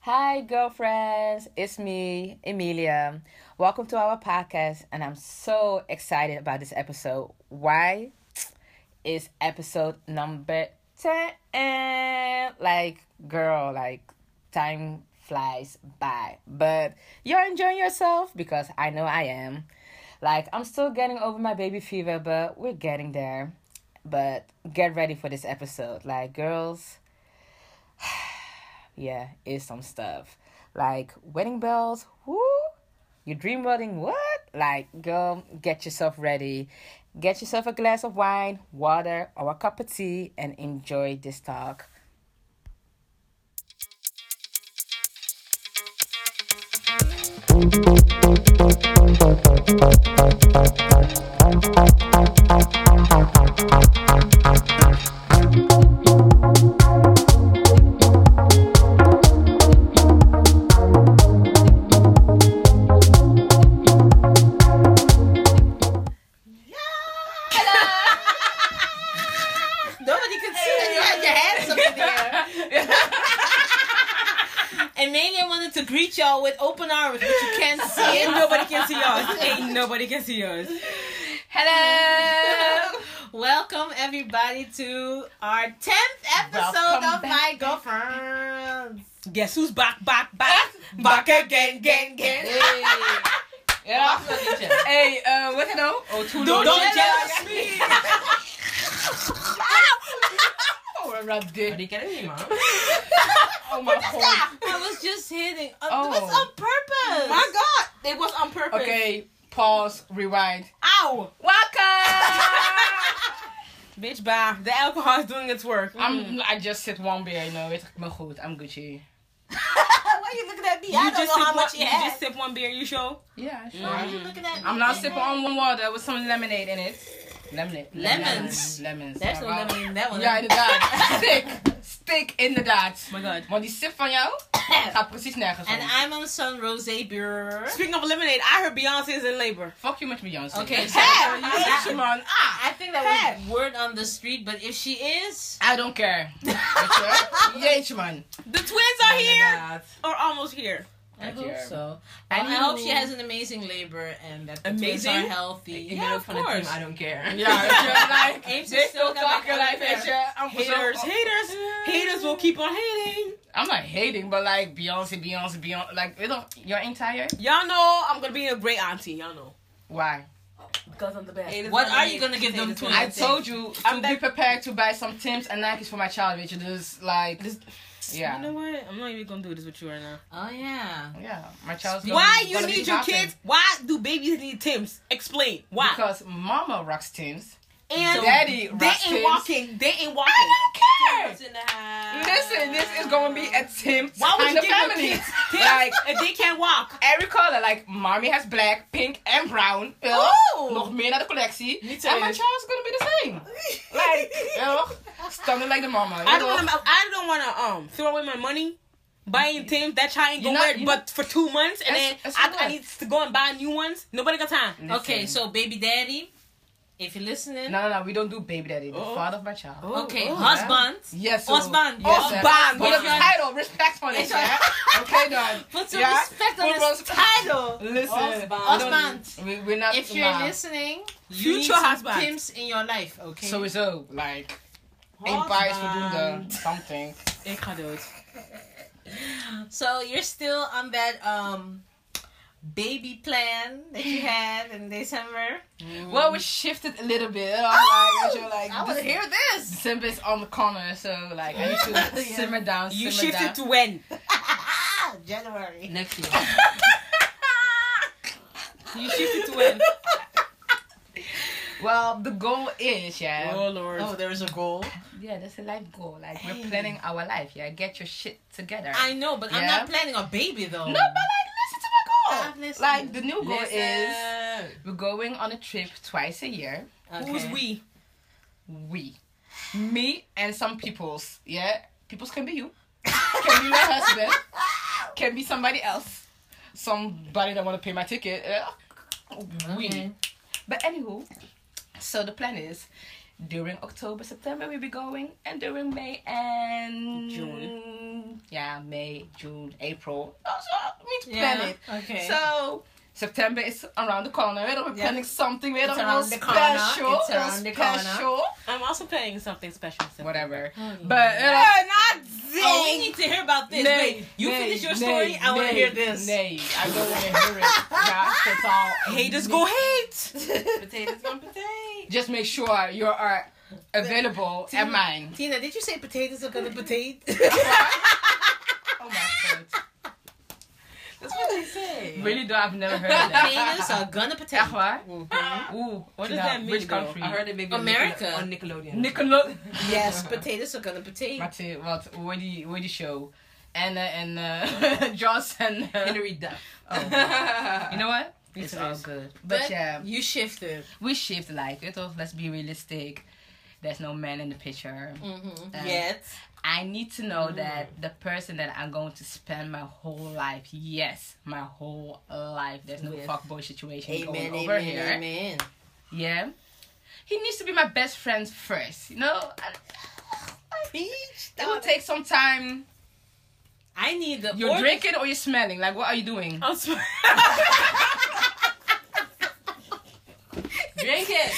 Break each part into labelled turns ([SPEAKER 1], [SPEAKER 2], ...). [SPEAKER 1] Hi, girlfriends. It's me, Emilia. Welcome to our podcast, and I'm so excited about this episode. Why? It's episode number 10. Like, girl, like, time flies by. But you're enjoying yourself because I know I am. Like, I'm still getting over my baby fever, but we're getting there. But get ready for this episode. Like, girls, yeah, it's some stuff. Like wedding bells, whoo, your dream wedding, what? Like, girl, get yourself ready. Get yourself a glass of wine, water, or a cup of tea, and enjoy this talk.
[SPEAKER 2] Nobody could see you. You had your hands up in the air. Emilia wanted to greet y'all with open arms, but you can't see it.
[SPEAKER 3] Ain't nobody can see yours. Ain't nobody can see yours.
[SPEAKER 1] Hello!
[SPEAKER 2] Welcome everybody to our tenth episode
[SPEAKER 1] Welcome
[SPEAKER 2] of My Girlfriends.
[SPEAKER 3] Guess who's back, back, back, back again, again, again.
[SPEAKER 2] Hey.
[SPEAKER 1] Yeah. Hey, uh, what hello?
[SPEAKER 3] Oh, too
[SPEAKER 2] Don't
[SPEAKER 3] Don't
[SPEAKER 2] jealous
[SPEAKER 3] jealous me.
[SPEAKER 1] Oh, rubbish.
[SPEAKER 3] you kidding me, mom?
[SPEAKER 1] Oh my god.
[SPEAKER 2] I was just hitting. Uh,
[SPEAKER 1] Oh.
[SPEAKER 2] It was on purpose.
[SPEAKER 3] My God, it was on purpose.
[SPEAKER 1] Okay, pause, rewind.
[SPEAKER 3] Ow,
[SPEAKER 1] Welcome!
[SPEAKER 3] bitch, bye. The alcohol is doing its work.
[SPEAKER 1] I'm, I just sip one beer, you know, it's my good, I'm Gucci.
[SPEAKER 2] Why are you looking at me? I don't know
[SPEAKER 3] sip
[SPEAKER 2] how
[SPEAKER 3] one,
[SPEAKER 2] much you
[SPEAKER 3] you
[SPEAKER 2] had.
[SPEAKER 3] just sip one beer. You show.
[SPEAKER 1] Yeah, sure.
[SPEAKER 2] Why are you looking at me?
[SPEAKER 1] I'm now sipping on one water with some lemonade in it. Lemonade.
[SPEAKER 2] Lemons.
[SPEAKER 1] Lemons.
[SPEAKER 2] There's no
[SPEAKER 1] Jawel.
[SPEAKER 2] lemon in that one.
[SPEAKER 1] Ja, inderdaad. Stick. Stick, inderdaad.
[SPEAKER 3] Oh my God.
[SPEAKER 1] Want die sip van jou gaat precies nergens
[SPEAKER 2] And
[SPEAKER 1] om.
[SPEAKER 2] I'm on some rosé beer.
[SPEAKER 3] Speaking of lemonade, I heard Beyonce is in labor.
[SPEAKER 1] Fuck you met Beyoncé.
[SPEAKER 2] Okay, so-
[SPEAKER 3] Hey,
[SPEAKER 2] so you-
[SPEAKER 3] you man. Ah,
[SPEAKER 2] I think that was word on the street, but if she is,
[SPEAKER 1] I don't care. Weet je? Jeetje man.
[SPEAKER 3] the twins are here or almost here.
[SPEAKER 2] I
[SPEAKER 1] Thank
[SPEAKER 2] hope
[SPEAKER 1] you.
[SPEAKER 2] so. Well, I,
[SPEAKER 3] mean-
[SPEAKER 2] hope she has an amazing labor and that the twins are
[SPEAKER 3] Amazing?
[SPEAKER 2] healthy.
[SPEAKER 3] Yeah, of course.
[SPEAKER 4] don't care.
[SPEAKER 1] Ja, weet je, like,
[SPEAKER 2] Ames is
[SPEAKER 1] they
[SPEAKER 2] still
[SPEAKER 1] still talking
[SPEAKER 2] gonna
[SPEAKER 1] like, weet je, I'm so-
[SPEAKER 3] Haters, haters, haters will keep on hating.
[SPEAKER 1] I'm not hating, but like Beyonce, Beyonce, Beyonce, like, you know, you're entire.
[SPEAKER 3] Y'all know I'm gonna be a great auntie. Y'all know.
[SPEAKER 1] Why?
[SPEAKER 4] Because I'm the best.
[SPEAKER 2] What are you gonna give them
[SPEAKER 3] Potatoes
[SPEAKER 2] to?
[SPEAKER 3] and
[SPEAKER 1] I
[SPEAKER 3] I
[SPEAKER 1] told you to
[SPEAKER 3] I'm
[SPEAKER 1] be
[SPEAKER 3] back-
[SPEAKER 1] prepared to buy some Tims and Nikes for my child, which is like,
[SPEAKER 3] This-
[SPEAKER 1] yeah,
[SPEAKER 3] You know what? I'm not even gonna do this with you right now.
[SPEAKER 2] Oh yeah.
[SPEAKER 1] yeah, my child's. gonna-
[SPEAKER 3] Why you
[SPEAKER 1] gonna be
[SPEAKER 3] need your
[SPEAKER 1] happy.
[SPEAKER 3] kids? Why do babies need Tim's? Explain why.
[SPEAKER 1] Because mama rocks Tims.
[SPEAKER 3] and
[SPEAKER 1] Daddy
[SPEAKER 3] they
[SPEAKER 1] rocks
[SPEAKER 3] ain't
[SPEAKER 1] Tims.
[SPEAKER 3] walking. They ain't walking.
[SPEAKER 1] I
[SPEAKER 2] What's in the house?
[SPEAKER 1] don't care. Listen, this is gonna be a Tim
[SPEAKER 3] Why would
[SPEAKER 1] kind
[SPEAKER 3] you
[SPEAKER 1] of
[SPEAKER 3] give your
[SPEAKER 1] family.
[SPEAKER 3] kids Tim's
[SPEAKER 1] like
[SPEAKER 3] if they can't walk?
[SPEAKER 1] every color, like mommy has black, pink, and brown. Ugh.
[SPEAKER 3] Oeh.
[SPEAKER 1] Nog meer naar de collectie.
[SPEAKER 3] Niet
[SPEAKER 1] And my
[SPEAKER 3] serieus.
[SPEAKER 1] child's gonna be the same. Like, ugh, stunning like the mama.
[SPEAKER 3] I
[SPEAKER 1] ugh.
[SPEAKER 3] don't want to. I don't want to um throw away my money. Buying Tim's that child ain't
[SPEAKER 1] You're
[SPEAKER 3] gonna
[SPEAKER 1] not-
[SPEAKER 3] wear it
[SPEAKER 1] you're
[SPEAKER 3] but for two months and
[SPEAKER 1] That's-
[SPEAKER 3] then
[SPEAKER 1] that's
[SPEAKER 3] I,
[SPEAKER 1] what?
[SPEAKER 3] I need to go and buy new ones. Nobody got time.
[SPEAKER 1] Listen.
[SPEAKER 2] Okay, so baby daddy, if you're listening,
[SPEAKER 1] No, no, no, we don't do baby daddy. The
[SPEAKER 3] Oh.
[SPEAKER 1] father of my child.
[SPEAKER 2] okay,
[SPEAKER 3] Oh, oh,
[SPEAKER 2] husband,
[SPEAKER 1] Yes. so-
[SPEAKER 2] husband,
[SPEAKER 1] Yes, sir.
[SPEAKER 3] Husband.
[SPEAKER 1] Put a
[SPEAKER 2] Husband.
[SPEAKER 1] title, respect on
[SPEAKER 2] Yes,
[SPEAKER 1] it.
[SPEAKER 2] sir.
[SPEAKER 1] Yeah? Okay, done.
[SPEAKER 2] put some
[SPEAKER 1] Yeah?
[SPEAKER 2] respect on
[SPEAKER 1] Put
[SPEAKER 2] his
[SPEAKER 1] some-
[SPEAKER 2] title.
[SPEAKER 1] Listen.
[SPEAKER 4] Husband.
[SPEAKER 1] I don't-
[SPEAKER 2] Husband.
[SPEAKER 1] We, we're not.
[SPEAKER 2] If you're
[SPEAKER 1] nah.
[SPEAKER 2] listening, you
[SPEAKER 3] Future
[SPEAKER 2] need some
[SPEAKER 3] husband.
[SPEAKER 2] Tims in your life, okay?
[SPEAKER 1] So it's all like. In Paris, we do the something.
[SPEAKER 3] Ik ga dood.
[SPEAKER 2] So you're still on that um baby plan that you had in December.
[SPEAKER 1] Well, we shifted a little bit. I'm like, you're like,
[SPEAKER 2] Oh, I want to
[SPEAKER 1] this-
[SPEAKER 2] hear this.
[SPEAKER 1] December is on the corner, so like I need to
[SPEAKER 2] Yeah.
[SPEAKER 1] simmer down.
[SPEAKER 3] You
[SPEAKER 1] simmer
[SPEAKER 3] shifted
[SPEAKER 1] down.
[SPEAKER 3] to when?
[SPEAKER 2] January.
[SPEAKER 4] Next year.
[SPEAKER 3] You shifted to when?
[SPEAKER 1] Well, the goal is yeah.
[SPEAKER 3] Oh lord.
[SPEAKER 2] Oh, there's a goal.
[SPEAKER 1] Yeah, that's a life goal. Like
[SPEAKER 2] Hey.
[SPEAKER 1] we're planning our life. Yeah, get your shit together.
[SPEAKER 2] I know, but I'm
[SPEAKER 1] Yeah.
[SPEAKER 2] not planning a baby though.
[SPEAKER 1] No, but like listen to my goal.
[SPEAKER 2] I've listened.
[SPEAKER 1] Like the new goal is
[SPEAKER 2] Listen.
[SPEAKER 1] we're going on a trip twice a year.
[SPEAKER 2] Okay.
[SPEAKER 3] Who's we?
[SPEAKER 1] We, me, and some peoples. Yeah, peoples can be you, can be my husband, can be somebody else, somebody that want to pay my ticket. Yeah. We.
[SPEAKER 2] Okay.
[SPEAKER 1] But anywho, so the plan is during October, September we'll be going, and during May and
[SPEAKER 3] June.
[SPEAKER 1] yeah, May, June, April. Oh, so I need to plan
[SPEAKER 2] Yeah,
[SPEAKER 1] it.
[SPEAKER 2] okay.
[SPEAKER 1] So September is around the corner. We're gonna be
[SPEAKER 2] Yeah.
[SPEAKER 1] planning something. We're
[SPEAKER 2] It's
[SPEAKER 1] gonna
[SPEAKER 2] around
[SPEAKER 1] be
[SPEAKER 2] the corner.
[SPEAKER 1] special.
[SPEAKER 2] It's around the corner.
[SPEAKER 1] special.
[SPEAKER 3] I'm also planning something special. in September.
[SPEAKER 1] Whatever.
[SPEAKER 2] Oh, yeah.
[SPEAKER 1] But uh,
[SPEAKER 3] not
[SPEAKER 2] Oh, we need to hear about this. Wait, you
[SPEAKER 1] nay,
[SPEAKER 2] finish your
[SPEAKER 1] nay,
[SPEAKER 2] story. I want to
[SPEAKER 1] nay,
[SPEAKER 2] hear this.
[SPEAKER 1] Nay, I don't want to hear it. Gosh, it's all
[SPEAKER 3] Haters go hate.
[SPEAKER 2] Potatoes on potatoes.
[SPEAKER 1] Just make sure you are available at mine.
[SPEAKER 2] Tina, did you say potatoes are gonna potato?
[SPEAKER 1] Oh my god.
[SPEAKER 2] That's what they say.
[SPEAKER 1] Really though, I've never heard of that.
[SPEAKER 2] Potatoes are gonna
[SPEAKER 1] Echt
[SPEAKER 2] potato.
[SPEAKER 1] waar?
[SPEAKER 2] Mhm.
[SPEAKER 1] Ooh,
[SPEAKER 3] What does
[SPEAKER 1] nou,
[SPEAKER 3] that mean?
[SPEAKER 1] Which
[SPEAKER 3] though?
[SPEAKER 1] country?
[SPEAKER 3] I heard it maybe
[SPEAKER 2] America.
[SPEAKER 3] on Nickelodeon.
[SPEAKER 1] Nickelodeon.
[SPEAKER 2] Yes, potatoes are gonna potato.
[SPEAKER 1] Wat, eh, wat, hoe die, hoe die show? Anna and uh, Joss and uh,
[SPEAKER 3] Henry Duff.
[SPEAKER 1] You know what?
[SPEAKER 2] It's
[SPEAKER 1] It's
[SPEAKER 2] all
[SPEAKER 1] all good. But, yeah,
[SPEAKER 2] you shifted.
[SPEAKER 1] we shift like it. Of, let's be realistic. There's no man in the picture.
[SPEAKER 2] Mm-hmm.
[SPEAKER 1] Yeah.
[SPEAKER 2] Yet.
[SPEAKER 1] I need to know that the person that I'm going to spend my whole life, yes, my whole life. There's no
[SPEAKER 2] With.
[SPEAKER 1] fuckboy situation
[SPEAKER 2] Amen.
[SPEAKER 1] going over
[SPEAKER 2] Amen.
[SPEAKER 1] here.
[SPEAKER 2] Amen.
[SPEAKER 1] Yeah. He needs to be my best friend first, you know? And
[SPEAKER 2] Preach.
[SPEAKER 1] It will take some time.
[SPEAKER 2] I need the.
[SPEAKER 1] You're
[SPEAKER 2] organ-
[SPEAKER 1] drinking or you're smelling. Like, what are you doing?
[SPEAKER 3] I'm sorry.
[SPEAKER 1] Drink it.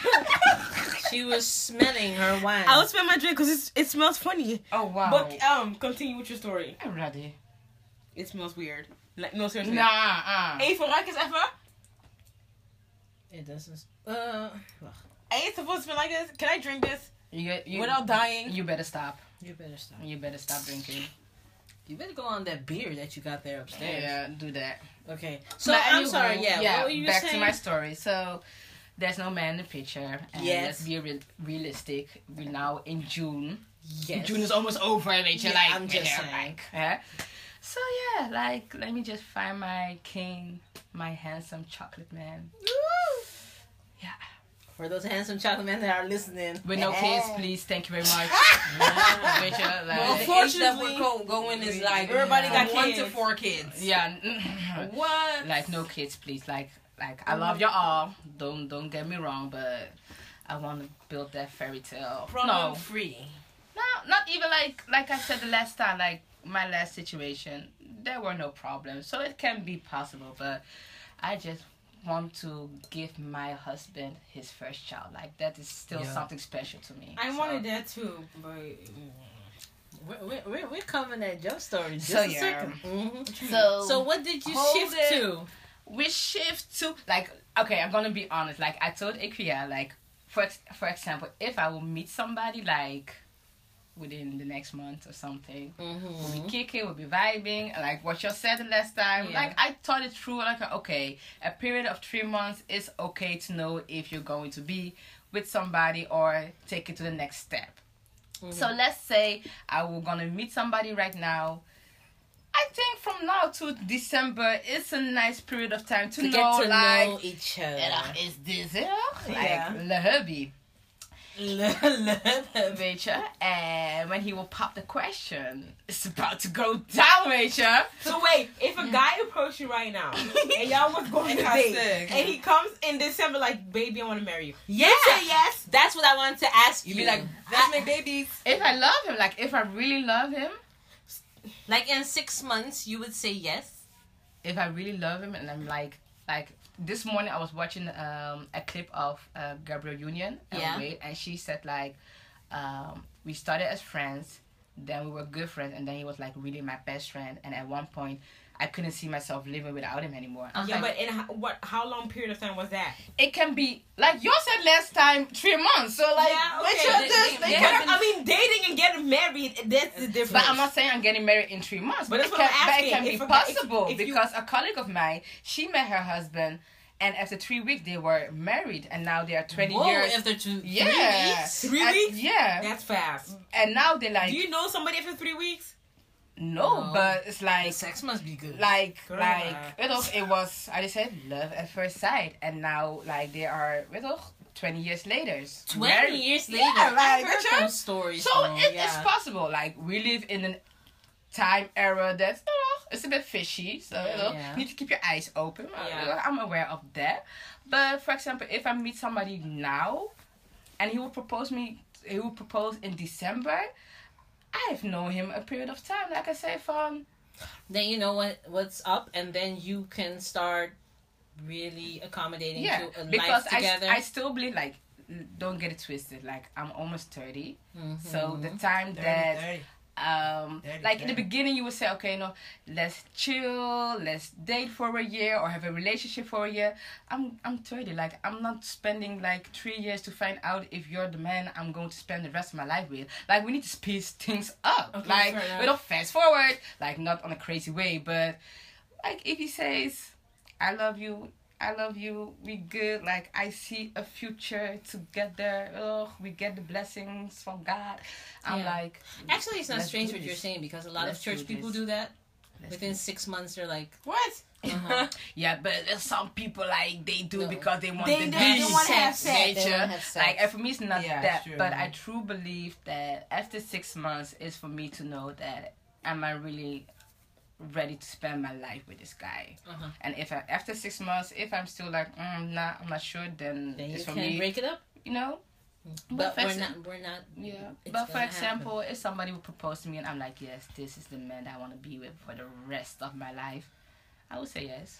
[SPEAKER 2] She was smelling her wine.
[SPEAKER 3] I will spend my drink because it smells funny.
[SPEAKER 1] Oh, wow.
[SPEAKER 3] But um, continue with your story.
[SPEAKER 1] I'm ready.
[SPEAKER 3] It smells weird. Like no seriously.
[SPEAKER 1] Nah, uh.
[SPEAKER 3] Eet vooruit is even.
[SPEAKER 2] It doesn't. Uh,
[SPEAKER 3] Ain't supposed to smell like this. Can I drink this
[SPEAKER 1] You, get- you,
[SPEAKER 3] without dying?
[SPEAKER 1] you better stop.
[SPEAKER 2] you better stop.
[SPEAKER 1] You better stop drinking.
[SPEAKER 2] You better go on that beer that you got there upstairs.
[SPEAKER 1] Yeah, do that.
[SPEAKER 2] Okay. So
[SPEAKER 1] But
[SPEAKER 2] I'm
[SPEAKER 1] anywho,
[SPEAKER 2] sorry. Yeah.
[SPEAKER 1] yeah.
[SPEAKER 2] What were you
[SPEAKER 1] back
[SPEAKER 2] saying?
[SPEAKER 1] to my story. So there's no man in the picture. And
[SPEAKER 2] Yes.
[SPEAKER 1] Let's be real realistic. We're now in June.
[SPEAKER 2] yes.
[SPEAKER 1] June is almost over, and
[SPEAKER 2] Yeah,
[SPEAKER 1] you're like,
[SPEAKER 2] I'm just
[SPEAKER 1] yeah,
[SPEAKER 2] saying.
[SPEAKER 1] like, huh? So yeah, like, let me just find my king, my handsome chocolate man.
[SPEAKER 2] Woo!
[SPEAKER 1] Yeah.
[SPEAKER 2] For those handsome chocolate men that are listening.
[SPEAKER 1] With no kids, please. Thank you very much. Rachel,
[SPEAKER 3] Well,
[SPEAKER 1] like,
[SPEAKER 3] unfortunately,
[SPEAKER 4] Unfortunately, go going is like
[SPEAKER 3] Everybody
[SPEAKER 1] got
[SPEAKER 4] from one
[SPEAKER 3] kids.
[SPEAKER 4] to four kids.
[SPEAKER 1] yeah.
[SPEAKER 3] What?
[SPEAKER 1] like no kids, please. Like, like I
[SPEAKER 4] Oh.
[SPEAKER 1] love y'all all. Don't don't get me wrong, but I want to build that fairy tale.
[SPEAKER 4] Problem
[SPEAKER 1] no,
[SPEAKER 4] free.
[SPEAKER 1] No, not even like like I said the last time, like my last situation, there were no problems, so it can be possible. But I just want to give my husband his first child. Like that is still
[SPEAKER 4] Yeah.
[SPEAKER 1] something special to me.
[SPEAKER 2] I
[SPEAKER 1] So-
[SPEAKER 2] wanted that too, but we're, we're, we're coming at your story just
[SPEAKER 1] So,
[SPEAKER 2] a
[SPEAKER 1] yeah.
[SPEAKER 2] 2nd Mm-hmm.
[SPEAKER 1] So,
[SPEAKER 2] So what did you
[SPEAKER 1] Hold
[SPEAKER 2] shift
[SPEAKER 1] it.
[SPEAKER 2] to?
[SPEAKER 1] we shift to like okay. I'm gonna be honest. Like I told Ikria, like for ex- for example, if I will meet somebody like within the next month or something, we'll
[SPEAKER 2] Mm-hmm.
[SPEAKER 1] be kicking, we'll be vibing, like what you said the last time.
[SPEAKER 2] Yeah.
[SPEAKER 1] Like I thought it through, like okay, a period of three months is okay to know if you're going to be with somebody or take it to the next step. So let's say I will gonna meet somebody right now. I think from now to December it's a nice period of time to,
[SPEAKER 2] To
[SPEAKER 1] know,
[SPEAKER 2] get to
[SPEAKER 1] like
[SPEAKER 2] know each other.
[SPEAKER 1] "Ella, is this it? Like
[SPEAKER 2] Yeah.
[SPEAKER 1] le hubby,
[SPEAKER 2] Love it.
[SPEAKER 1] Rachel. And when he will pop the question, it's about to go down, Rachel.
[SPEAKER 3] So wait, if a guy approached you right now and y'all was going to
[SPEAKER 4] Fantastic.
[SPEAKER 3] date, and he comes in December like, baby, I want to marry you.
[SPEAKER 2] yeah. yes. That's what I wanted to ask you.
[SPEAKER 4] You be like, that's my babies.
[SPEAKER 1] If I love him, like if I really love him,
[SPEAKER 2] like in six months, you would say yes.
[SPEAKER 1] if I really love him, and I'm like, like this morning I was watching um a clip of uh, Gabrielle Union, and
[SPEAKER 2] Yeah.
[SPEAKER 1] Wade, and she said like, um, we started as friends, then we were good friends, and then he was like really my best friend, and at one point. I couldn't see myself living without him anymore. I was
[SPEAKER 3] Yeah,
[SPEAKER 1] like,
[SPEAKER 3] but in how, what? How long period of time was that?
[SPEAKER 1] it can be like you said last time, three months. So like,
[SPEAKER 3] Yeah,
[SPEAKER 1] which
[SPEAKER 3] okay,
[SPEAKER 1] of
[SPEAKER 3] they-
[SPEAKER 1] this?
[SPEAKER 2] they-
[SPEAKER 1] They
[SPEAKER 2] they
[SPEAKER 1] can-
[SPEAKER 2] haven't-
[SPEAKER 3] I mean, dating and getting married—that's the difference.
[SPEAKER 1] But I'm not saying I'm getting married in three months. But,
[SPEAKER 3] But
[SPEAKER 1] it,
[SPEAKER 3] that's
[SPEAKER 1] can,
[SPEAKER 3] what I'm
[SPEAKER 1] but it
[SPEAKER 3] asking.
[SPEAKER 1] can
[SPEAKER 3] If
[SPEAKER 1] be
[SPEAKER 3] a guy- if-
[SPEAKER 1] possible
[SPEAKER 3] if you-
[SPEAKER 1] because a colleague of mine, she met her husband, and after three weeks they were married, and now they are 20
[SPEAKER 2] Whoa,
[SPEAKER 1] years.
[SPEAKER 2] after two,
[SPEAKER 1] yeah,
[SPEAKER 2] three weeks.
[SPEAKER 3] Three
[SPEAKER 1] And-
[SPEAKER 3] weeks?
[SPEAKER 1] Yeah,
[SPEAKER 3] That's fast.
[SPEAKER 1] and now they like
[SPEAKER 3] Do you know somebody after three weeks?
[SPEAKER 1] no,
[SPEAKER 2] No.
[SPEAKER 1] Oh, but it's
[SPEAKER 2] The
[SPEAKER 1] like
[SPEAKER 2] sex must be good.
[SPEAKER 1] like
[SPEAKER 3] Girl.
[SPEAKER 1] like you know, it was I just said love at first sight, and now like they are you know, 20 years later.
[SPEAKER 2] 20
[SPEAKER 1] married.
[SPEAKER 2] years later,
[SPEAKER 1] Yeah,
[SPEAKER 2] I
[SPEAKER 1] like,
[SPEAKER 2] heard
[SPEAKER 1] that's-
[SPEAKER 2] some stories.
[SPEAKER 1] So
[SPEAKER 2] from-
[SPEAKER 1] it, it's
[SPEAKER 2] yeah.
[SPEAKER 1] possible. Like we live in a time era that's you know, it's a bit fishy. So you know,
[SPEAKER 2] Yeah.
[SPEAKER 1] you need to keep your eyes open. Uh,
[SPEAKER 3] Yeah.
[SPEAKER 1] I'm aware of that. But for example, if I meet somebody now, and he will propose me, he will propose in December. I've known him a period of time, like I say, from
[SPEAKER 2] Then you know what what's up, and then you can start really accommodating
[SPEAKER 1] yeah,
[SPEAKER 2] to a
[SPEAKER 1] because
[SPEAKER 2] life
[SPEAKER 1] I,
[SPEAKER 2] together.
[SPEAKER 1] I still believe like n- don't get it twisted. Like I'm almost 30 so
[SPEAKER 2] Mm-hmm.
[SPEAKER 1] the time that um
[SPEAKER 4] Thirty,
[SPEAKER 1] like in the
[SPEAKER 4] thirty.
[SPEAKER 1] beginning you would say okay no let's chill let's date for a year or have a relationship for a year i'm i'm 30 like i'm not spending like three years to find out if you're the man i'm going to spend the rest of my life with like we need to piece things up
[SPEAKER 2] Okay,
[SPEAKER 1] like
[SPEAKER 2] fair enough.
[SPEAKER 1] we don't fast forward like not on a crazy way but like if he says i love you I love you. We good. Like I see a future together. Oh, we get the blessings from God. I'm
[SPEAKER 2] Yeah.
[SPEAKER 1] like,
[SPEAKER 2] Actually, it's not
[SPEAKER 1] Let's
[SPEAKER 2] strange
[SPEAKER 1] do
[SPEAKER 2] what you're
[SPEAKER 1] this.
[SPEAKER 2] saying because a lot
[SPEAKER 1] Let's
[SPEAKER 2] of
[SPEAKER 1] do
[SPEAKER 2] church people
[SPEAKER 1] this.
[SPEAKER 2] do that.
[SPEAKER 1] Let's
[SPEAKER 2] Within six months, they're like,
[SPEAKER 4] What?
[SPEAKER 2] uh-huh.
[SPEAKER 1] Yeah, but there's some people like they do
[SPEAKER 2] No.
[SPEAKER 1] because they want
[SPEAKER 4] They-
[SPEAKER 1] the
[SPEAKER 4] they don't
[SPEAKER 1] beach
[SPEAKER 4] wanna have
[SPEAKER 1] sex
[SPEAKER 4] sex.
[SPEAKER 2] They
[SPEAKER 1] nature.
[SPEAKER 2] don't have sex.
[SPEAKER 1] Like and for me, it's not
[SPEAKER 4] Yeah,
[SPEAKER 1] that.
[SPEAKER 4] true.
[SPEAKER 1] But I true believe that after six months is for me to know that am I really ready to spend my life with this guy?
[SPEAKER 2] Uh-huh.
[SPEAKER 1] And if I, after six months, if I'm still like, mm, nah, I'm not sure, then,
[SPEAKER 2] then you
[SPEAKER 1] it's for
[SPEAKER 2] can
[SPEAKER 1] me.
[SPEAKER 2] break it up.
[SPEAKER 1] you know.
[SPEAKER 2] But,
[SPEAKER 1] for
[SPEAKER 2] we're
[SPEAKER 1] exam-
[SPEAKER 2] not, we're not.
[SPEAKER 1] Yeah,
[SPEAKER 2] it's
[SPEAKER 1] but for
[SPEAKER 2] gonna
[SPEAKER 1] example, if somebody would propose to me and I'm like, yes, this is the man that I want to be with for the rest of my life, I would say yes.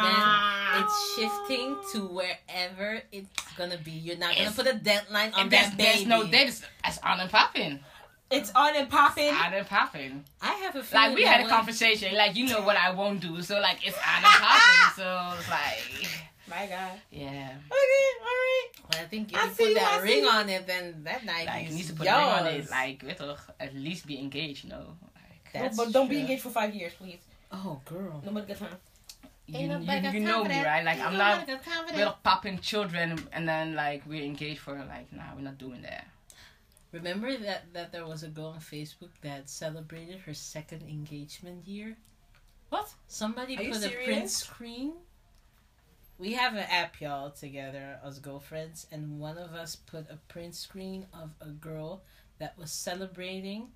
[SPEAKER 2] happen. So then it's shifting to wherever it's gonna be. You're not gonna
[SPEAKER 1] It's-
[SPEAKER 2] put a deadline on
[SPEAKER 1] And there's,
[SPEAKER 2] that baby.
[SPEAKER 1] there's no dates. It's on and popping.
[SPEAKER 4] It's on and popping.
[SPEAKER 1] On and popping.
[SPEAKER 2] I have a feeling.
[SPEAKER 1] Like we had a
[SPEAKER 2] that when-
[SPEAKER 1] conversation. Like you know what I won't do. So like it's on and popping. So it's like
[SPEAKER 4] My God.
[SPEAKER 1] yeah.
[SPEAKER 4] Okay, all right.
[SPEAKER 2] Well, I think if
[SPEAKER 4] I
[SPEAKER 2] you
[SPEAKER 4] see
[SPEAKER 2] put
[SPEAKER 4] you,
[SPEAKER 2] that
[SPEAKER 4] I see
[SPEAKER 2] ring
[SPEAKER 4] you.
[SPEAKER 2] on it, then that night
[SPEAKER 1] Like you
[SPEAKER 2] is
[SPEAKER 1] need to put
[SPEAKER 2] yours.
[SPEAKER 1] a ring on it. Like weet toch, at least be engaged. You know. Like,
[SPEAKER 2] That's
[SPEAKER 4] but don't be
[SPEAKER 2] true.
[SPEAKER 4] engaged for five years, please.
[SPEAKER 2] Oh, girl.
[SPEAKER 4] Nobody got time.
[SPEAKER 1] you you, you know me right? Like I'm not. We're popping children and then like we're engaged for like nah we're not doing that.
[SPEAKER 2] Remember that that there was a girl on Facebook that celebrated her second engagement year.
[SPEAKER 4] What?
[SPEAKER 2] Somebody
[SPEAKER 4] Are you
[SPEAKER 2] put a
[SPEAKER 4] serious?
[SPEAKER 2] print screen. We have an app, y'all, together as girlfriends, and one of us put a print screen of a girl that was celebrating.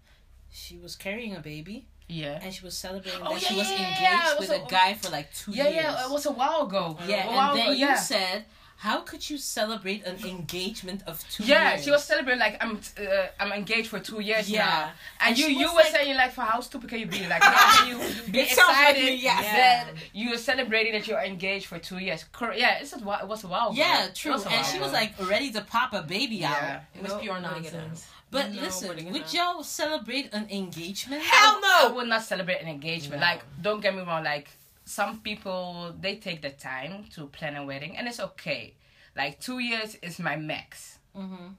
[SPEAKER 2] She was carrying a baby,
[SPEAKER 1] Yeah.
[SPEAKER 2] and she was celebrating
[SPEAKER 1] Oh,
[SPEAKER 2] that
[SPEAKER 1] yeah,
[SPEAKER 2] she was
[SPEAKER 1] yeah, yeah,
[SPEAKER 2] engaged
[SPEAKER 1] yeah. It was
[SPEAKER 2] with a,
[SPEAKER 1] a-
[SPEAKER 2] guy for like two
[SPEAKER 1] Yeah,
[SPEAKER 2] years.
[SPEAKER 1] yeah, it was a while ago.
[SPEAKER 2] Yeah,
[SPEAKER 1] a while
[SPEAKER 2] and then
[SPEAKER 1] ago,
[SPEAKER 2] you
[SPEAKER 1] yeah.
[SPEAKER 2] said, "How could you celebrate an engagement of two
[SPEAKER 1] yeah,
[SPEAKER 2] years?"
[SPEAKER 1] she was celebrating like I'm uh, I'm engaged for two years
[SPEAKER 2] Yeah.
[SPEAKER 1] now, and,
[SPEAKER 2] And
[SPEAKER 1] you
[SPEAKER 2] she
[SPEAKER 1] you
[SPEAKER 2] was
[SPEAKER 1] were
[SPEAKER 2] like-
[SPEAKER 1] saying like, for how stupid can you be? Like, how can you be
[SPEAKER 2] It sounds like
[SPEAKER 1] excited
[SPEAKER 2] me, yeah.
[SPEAKER 1] that you are celebrating that you're engaged for two years? Cor- yeah, it's a, wa- it was a
[SPEAKER 4] Oh,
[SPEAKER 1] while. ago.
[SPEAKER 2] Yeah,
[SPEAKER 1] It
[SPEAKER 2] true.
[SPEAKER 1] was a
[SPEAKER 2] And
[SPEAKER 1] while
[SPEAKER 2] she was
[SPEAKER 1] ago.
[SPEAKER 2] like ready to pop a baby
[SPEAKER 1] yeah.
[SPEAKER 2] out.
[SPEAKER 4] It was
[SPEAKER 1] No,
[SPEAKER 4] pure
[SPEAKER 1] nobody
[SPEAKER 4] nonsense.
[SPEAKER 1] can-
[SPEAKER 2] But
[SPEAKER 4] No, what are
[SPEAKER 2] listen,
[SPEAKER 4] you
[SPEAKER 2] would
[SPEAKER 4] gonna-
[SPEAKER 2] y'all celebrate an engagement?
[SPEAKER 4] Hell
[SPEAKER 1] I
[SPEAKER 4] no!
[SPEAKER 1] would not celebrate an engagement.
[SPEAKER 2] No.
[SPEAKER 1] Like, don't get me wrong. Like, some people they take the time to plan a wedding, and it's okay. Like, two years is my max.
[SPEAKER 2] Mm-hmm.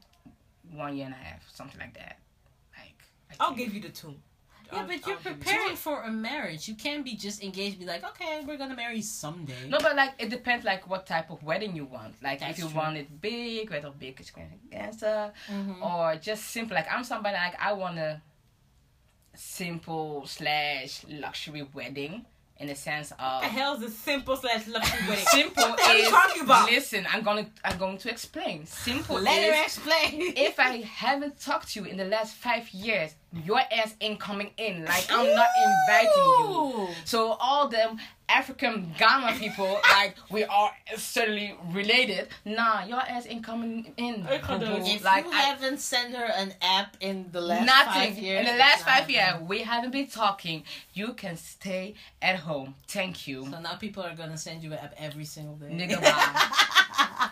[SPEAKER 1] One year and a half, something like that. Like, I
[SPEAKER 4] I'll
[SPEAKER 1] think-
[SPEAKER 4] give you the two.
[SPEAKER 2] Yeah,
[SPEAKER 4] I'll-
[SPEAKER 2] but you're
[SPEAKER 4] I'll give you
[SPEAKER 2] preparing for a marriage. You can't be just engaged. Be like, okay, we're gonna marry someday.
[SPEAKER 1] No, but like it depends, like what type of wedding you want. Like
[SPEAKER 2] That's
[SPEAKER 1] if you
[SPEAKER 2] true.
[SPEAKER 1] want it big, whether big is going to cancer,
[SPEAKER 2] Mhm.
[SPEAKER 1] or just simple. Like I'm somebody like I want a simple slash luxury wedding in the sense
[SPEAKER 4] What the
[SPEAKER 1] of
[SPEAKER 4] hell is a simple slash luxury wedding?
[SPEAKER 1] simple
[SPEAKER 4] What the hell
[SPEAKER 1] is.
[SPEAKER 4] you talking about?
[SPEAKER 1] Listen, I'm gonna I'm going to explain. Simple
[SPEAKER 2] Let her
[SPEAKER 1] is
[SPEAKER 2] explain.
[SPEAKER 1] if I haven't talked to you in the last five years, your ass ain't coming in. Like I'm not inviting you.
[SPEAKER 2] Ooh.
[SPEAKER 1] So all them African Ghana people, like we are certainly related. Nah, your ass ain't coming in.
[SPEAKER 4] I can't do
[SPEAKER 1] boo-boo.
[SPEAKER 4] it.
[SPEAKER 2] If
[SPEAKER 1] Like
[SPEAKER 2] you
[SPEAKER 1] I-
[SPEAKER 2] haven't sent her an app in the last
[SPEAKER 1] nothing
[SPEAKER 2] five years,
[SPEAKER 1] in the last
[SPEAKER 2] it's not
[SPEAKER 1] five years,
[SPEAKER 2] happening.
[SPEAKER 1] we haven't been talking. You can stay at home. Thank you,
[SPEAKER 2] So now people are gonna send you an app every single day.
[SPEAKER 1] nigga. Bye.
[SPEAKER 4] I